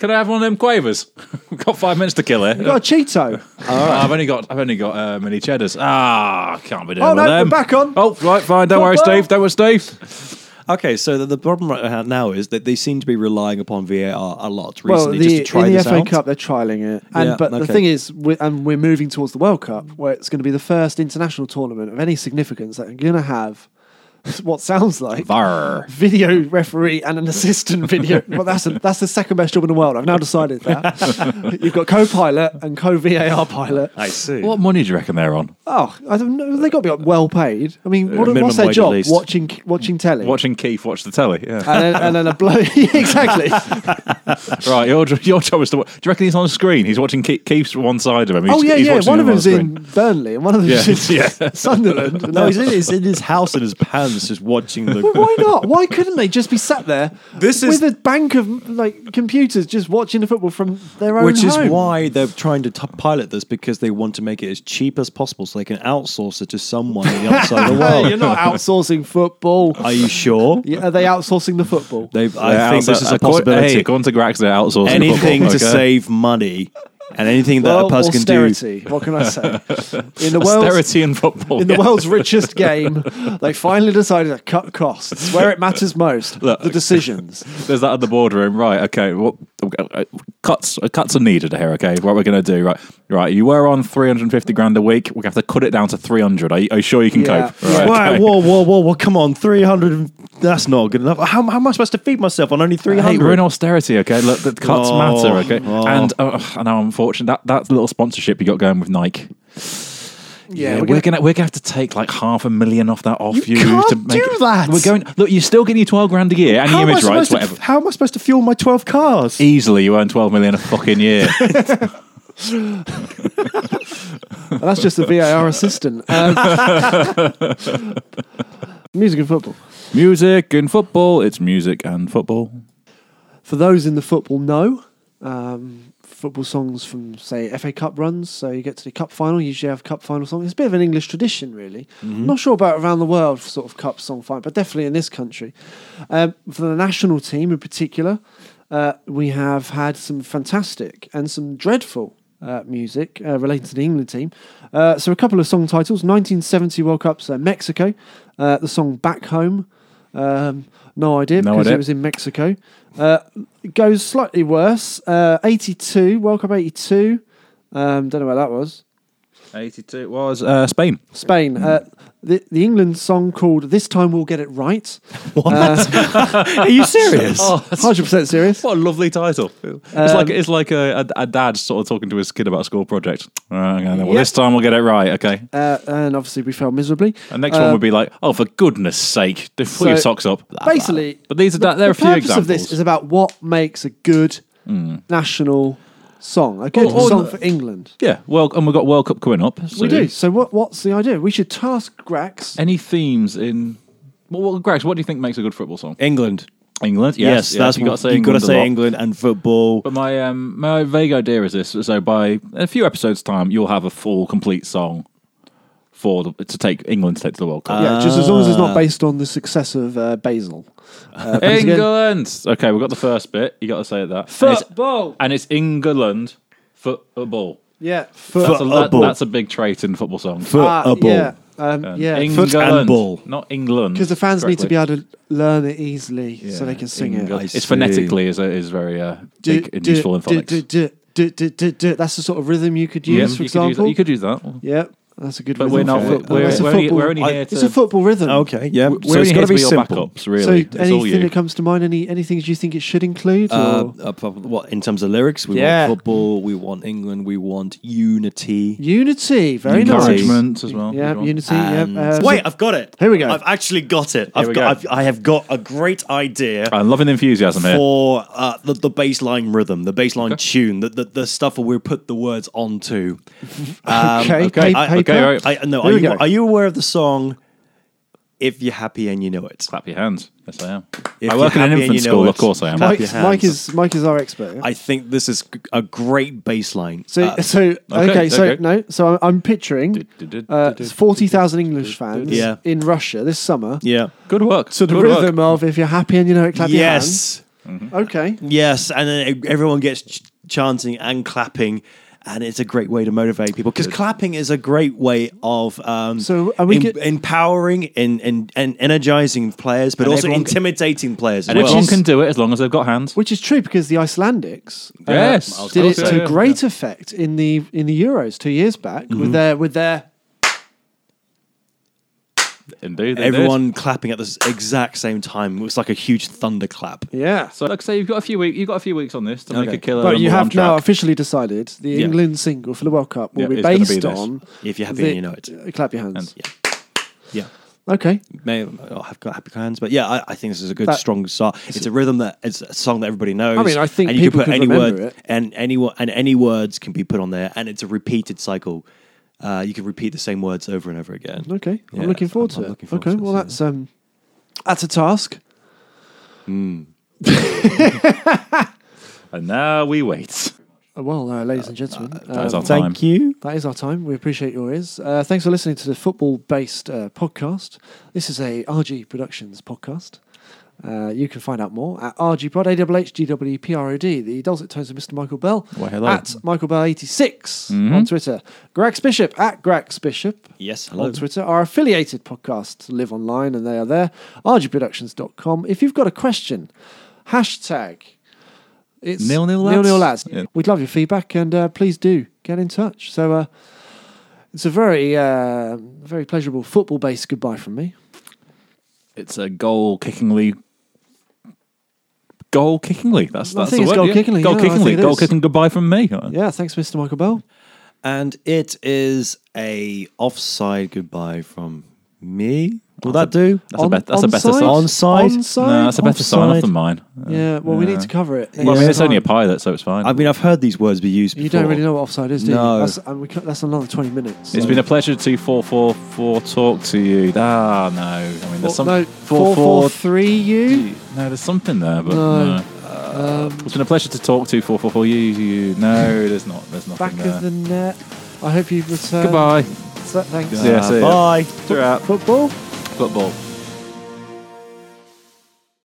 S2: can I have one of them quavers? We've got five minutes to kill
S1: got a
S2: here.
S1: Cheeto.
S2: I've only got I've only got uh, mini cheddars. Ah, can't be doing
S1: Oh, no,
S2: with
S1: we're
S2: them.
S1: back on.
S2: Oh, right, fine. Don't worry,
S1: Football.
S2: Steve. Don't worry, Steve.
S4: Okay, so the, the problem right now- now is that they seem to be relying upon VAR a lot
S1: Well,
S4: recently just
S1: the,
S4: to try
S1: in the
S4: this
S1: FA
S4: out.
S1: Cup, they're trialing it. And,
S4: Yeah,
S1: but the
S4: okay.
S1: thing is, we're, and we're moving towards the World Cup, where it's going to be the first international tournament of any significance that are going to have what sounds like
S2: Var.
S1: video referee and an assistant video. Well, that's a, that's the second best job in the world. I've now decided that you've got co-pilot and co-VAR pilot.
S4: I see.
S2: What money do you reckon they're on?
S1: Oh, I don't know. They got to be well paid. I mean, what,
S4: minimum
S1: what's their
S4: wage at
S1: job?
S4: least.
S1: Watching watching telly.
S2: Watching Keith watch the telly. Yeah.
S1: and then, and then a blow. exactly.
S2: right. Your, jo- your job is to. Watch. Do you reckon he's on screen? He's watching Keith, Keith's one side of him. He's,
S1: oh yeah,
S2: he's
S1: yeah.
S2: watching
S1: One
S2: him
S1: of them's
S2: on
S1: in Burnley, and one of them's
S2: screen.
S1: in
S2: Yeah. yeah.
S1: Sunderland.
S4: No, he's in, he's in his house in his pants just watching the.
S1: But why not? Why couldn't they just be sat there
S4: This is-
S1: with a bank of like computers just watching the football from their own
S4: Which is
S1: home?
S4: why they're trying to t- pilot this because they want to make it as cheap as possible so they can outsource it to someone on the other side of the
S1: Hey, you're
S4: world.
S1: not outsourcing football.
S4: Are you sure?
S1: Yeah, are they outsourcing the football?
S4: They, I think this is a
S2: According-
S4: possibility.
S2: Hey, according to Grax, they're outsourcing the
S4: anything
S2: football,
S4: to
S2: okay?
S4: save money and anything that
S1: Well,
S4: a person can do.
S1: austerity. What can I say? In the world's,
S2: Austerity in football.
S1: in the
S2: yeah.
S1: world's richest game, they finally decided to cut costs where it matters most.
S2: Look.
S1: the decisions.
S2: There's that at the boardroom, right? Okay, well, uh, cuts uh, cuts are needed here. Okay, what we're gonna do, right? Right, you were on 350 grand a week. We have to cut it down to 300. Are you, are you sure you can
S1: Yeah.
S2: cope? Right,
S4: Right,
S2: okay.
S4: whoa, whoa, whoa, whoa, come on, 300, that's not good enough. How, how am I supposed to feed myself on only
S2: Hey,
S4: 300?
S2: we're in austerity, okay? Look, the cuts
S4: Oh,
S2: matter, okay?
S4: oh.
S2: And uh, I know I'm unfortunate that that little sponsorship you got going with Nike.
S1: Yeah,
S2: we're,
S1: we're
S2: gonna, we're gonna have to take like half a million off that off you,
S4: You can't
S2: to make
S4: do that.
S2: We're going. Look, you're still getting your 12 grand a year and
S4: how,
S2: your
S4: am I
S2: image rights,
S4: supposed
S2: whatever.
S4: to, how am I supposed to fuel my 12 cars?
S2: Easily, you earn 12 million a fucking year.
S1: And that's just the VAR assistant. Um, music and football.
S2: music and football. It's music and football.
S1: For those in the football know, um, football songs from, say, FA Cup runs. So you get to the cup final, you usually have cup final songs. It's a bit of an English tradition, really.
S2: Mm-hmm.
S1: I'm not sure about around the world sort of cup song final, but definitely in this country. Um, for the national team in particular, uh, we have had some fantastic and some dreadful uh, music uh, related to the England team. Uh, so a couple of song titles: 1970 World Cup, so Mexico, uh, the song "Back Home." Um, no idea
S2: No
S1: because
S2: idea.
S1: it was in Mexico. Uh, it goes slightly worse. Uh, 82 World Cup 82. Um, don't know where that was.
S2: 82 was uh, Spain.
S1: Spain. Uh, the the England song called "This Time We'll Get It Right." Uh,
S3: Are you serious?
S2: Oh,
S1: Hundred percent serious.
S2: What a lovely title! it's like it's like a, a, a dad sort of talking to his kid about a school project. Right, okay, well,
S1: Yeah.
S2: this time we'll get it right. Okay,
S1: Uh, and obviously we fell miserably.
S2: and next
S1: Uh,
S2: one would be like, oh, for goodness' sake, do- put your socks up.
S1: basically,
S2: but these are
S1: the,
S2: that. There are a
S1: the
S2: few
S1: purpose
S2: examples. Hmm.
S1: of this is about what makes a good national song, a good
S2: Or- or
S1: song
S2: the-
S1: for England.
S2: yeah, well, and we've got World Cup coming up. So
S1: We do. So what? What's the idea? We should task Grax.
S2: Any themes in? Well, well, Greg, what do you think makes a good football song?
S3: England.
S2: England.
S3: Yes,
S2: Yes,
S3: that's
S2: you
S3: what
S2: got to say.
S3: you've got to
S2: England a
S3: say
S2: lot.
S3: England and football.
S2: But my um, my vague idea is this: so by a few episodes' time, you'll have a full, complete song for the, to take England to take to the World Cup.
S1: yeah, just as long as it's not based on the success of uh, Basil. Uh, because again-
S2: England. Okay, we've got the first bit. You got to say that. And it's-
S1: Football.
S2: And it's England football.
S1: Yeah.
S2: That's a, that,
S3: Football.
S2: that's a big trait in football songs.
S1: Uh,
S3: Football.
S1: yeah. Um, yeah.
S2: England,
S3: Foot and ball.
S2: not England,
S1: because the fans need to be
S2: correctly.
S1: able to learn it easily so they
S2: Yeah,
S1: can sing
S2: England.
S1: it.
S3: I
S2: It's
S3: see.
S2: phonetically is is very uh,
S1: Do-
S2: big and
S1: do-
S2: useful in
S1: do-
S2: phonics.
S1: do- do- do- do- do- do. That's the sort of rhythm you could use,
S2: Yeah,
S1: for
S2: you could use that-
S1: example.
S2: you could use that.
S1: Yeah, that's a good.
S2: But
S1: rhythm
S2: we're not-
S1: for
S2: we're-
S1: football.
S2: we're-
S1: That's a
S2: we're only-
S1: football-
S2: we're only
S1: I-
S2: here
S1: It's
S2: to-
S1: a football rhythm.
S4: Uh,
S3: Okay, yeah.
S2: We're
S3: so
S2: only
S3: it's
S2: here
S3: got to be
S2: your
S3: simple.
S2: backups, really.
S1: So,
S2: it's all
S1: anything
S2: you.
S1: that comes to mind? Any any things you think it should include?
S3: Uh,
S1: or-
S3: uh, prob- what in terms of lyrics? We
S1: Yeah.
S3: want football. We want England. We want unity.
S1: Unity, very nice.
S2: Encouragement as well.
S1: Yeah,
S2: Good one.
S1: unity. Yeah.
S3: And-
S1: uh,
S4: Wait, I've got it.
S1: Here we go.
S4: I've actually got it. I've
S2: we
S4: got.
S2: go.
S4: I've, I have got a great idea.
S2: I'm loving the enthusiasm here.
S4: for uh, the, the baseline rhythm, the baseline tune, the, the, the stuff where we put the words onto. Um,
S1: okay,
S2: okay,
S1: pa-
S2: I-
S1: paper.
S2: okay, right.
S4: I, no,
S1: Here
S4: are
S1: we
S4: you,
S1: go.
S4: are you aware of the song If You're Happy and You Know It?
S2: Clap your hands. Yes, I am.
S4: If
S2: I work
S4: you're
S2: in an
S4: happy and
S2: infant
S4: you know
S2: school.
S4: it,
S2: Of course, I am.
S4: clap
S1: Mike,
S4: your hands.
S1: Mike is Mike is our expert. yeah?
S4: I think this is a great baseline.
S1: so
S4: Uh,
S1: so okay,
S2: okay,
S1: so
S2: okay.
S1: no so I'm, I'm picturing
S2: Du- du- du-
S1: uh,
S2: du- du-
S1: forty thousand English fans
S4: Yeah.
S1: in Russia this summer.
S4: yeah.
S2: Good work.
S1: So the
S2: Good
S1: rhythm of if you're happy and you know it, clap
S4: Yes.
S1: your hands. Okay.
S4: Yes. And then e, everyone gets ch- chanting and clapping. And it's a great way to motivate people because clapping is a great way of um,
S1: So, are we get-
S4: empowering and, and, and energizing players, but
S2: And
S4: also
S2: everyone-
S4: intimidating players. as
S2: And
S4: well.
S2: everyone can do it as long as they've got hands.
S1: Which is true because the Icelandics uh,
S2: Yes. I was
S1: did
S2: gonna
S1: it
S2: say,
S1: to
S2: yeah.
S1: great effect in the in the Euros two years back with their with their
S2: Indeed, they
S4: everyone clapping at the exact same time. It was like a huge thunderclap.
S1: yeah.
S2: did. So, like I say, you've got a few weeks. You've got a few weeks on this to make
S4: Okay.
S2: a killer.
S1: But you
S2: number one
S1: have now
S2: track.
S1: officially decided the England single for the World Cup will
S2: Yeah,
S1: be
S2: it's gonna be
S1: based
S2: this.
S1: on
S4: If you're happy
S1: the-
S4: and you know it.
S1: uh, Clap your hands.
S4: Yeah.
S1: Okay.
S4: May I have got happy hands, but yeah, I, I think this is a good
S1: That-
S4: strong start. It's a rhythm that it's a song that everybody knows.
S1: I mean, I think
S4: and you
S1: people
S4: can put
S1: could
S4: any
S1: remember
S4: word
S1: it.
S4: and any wo- and any words can be put on there, and it's a repeated cycle. Uh, you can repeat the same words over and over again.
S1: Okay.
S4: Yeah,
S1: I'm looking forward to
S4: I'm- I'm
S1: it.
S4: looking forward
S1: okay.
S4: to
S1: well,
S4: this,
S1: that's um, that's a task.
S2: And now we wait.
S1: Uh, Well, uh, ladies and gentlemen,
S2: That is
S1: um,
S2: our time.
S4: you.
S1: That is our time. We appreciate your ears. Uh, thanks for listening to the football-based uh, podcast. This is a RG Productions podcast. Uh, you can find out more at RGProd, A-W-H-G-W-P-R-O-D, the dulcet tones of Mr. Michael Bell,
S2: Why, hello. Mm-hmm.
S1: at MichaelBell86 on Twitter, Grax Bishop, at Grax Bishop
S4: Yes, hello.
S1: on Twitter, our affiliated podcasts live online and they are there, rgproductions.com. If you've got a question, hashtag it's
S2: Nil nil lads.
S1: Nil nil lads.
S2: Yeah.
S1: We'd love your feedback and uh, please do get in touch. So uh, it's a very, uh, very pleasurable football based goodbye from me.
S2: It's a goal kickingly. Goal kickingly. That's
S1: I think
S2: that's the
S1: it's
S2: word.
S1: goal
S2: yeah.
S1: kickingly,
S2: Goal
S1: yeah, I think
S2: kickingly.
S1: it
S2: Goal
S1: is.
S2: kicking. Goodbye from me.
S1: Yeah, thanks, Mr. Michael Bell.
S4: And it is a offside goodbye from me. Will
S2: That's
S4: that
S2: a-
S4: do?
S2: That's a
S1: On-
S2: bet. That's a better
S1: onside?
S2: sign.
S4: Onside?
S2: No,
S1: Onside?
S2: that's a better sign off
S4: Offside?
S2: than mine.
S1: Yeah, well, we need to cover it.
S2: Uh, Well, I mean,
S1: next
S2: it's only a
S1: time.
S2: pilot, so it's fine.
S4: I mean, I've heard these words be used.
S1: You
S4: before.
S1: don't really know what offside is, do
S4: No.
S1: you? That's, and we, can't- that's another 20 minutes.
S2: It's been a pleasure to four four four talk to you. Ah no, I mean there's
S1: Four-
S2: some
S1: no,
S2: four four
S1: 443 you?
S2: three. No, there's something there, but
S1: No. um,
S2: no. It's been a pleasure to talk to 444 you. you. No, there's not. There's
S1: Back
S2: nothing
S1: of the
S2: there.
S1: net. I hope you've uh, returned.
S2: Goodbye.
S1: So- Thanks.
S4: Uh,
S2: Yeah, see ya.
S3: Bye.
S2: They're out.
S1: Football.
S2: Football.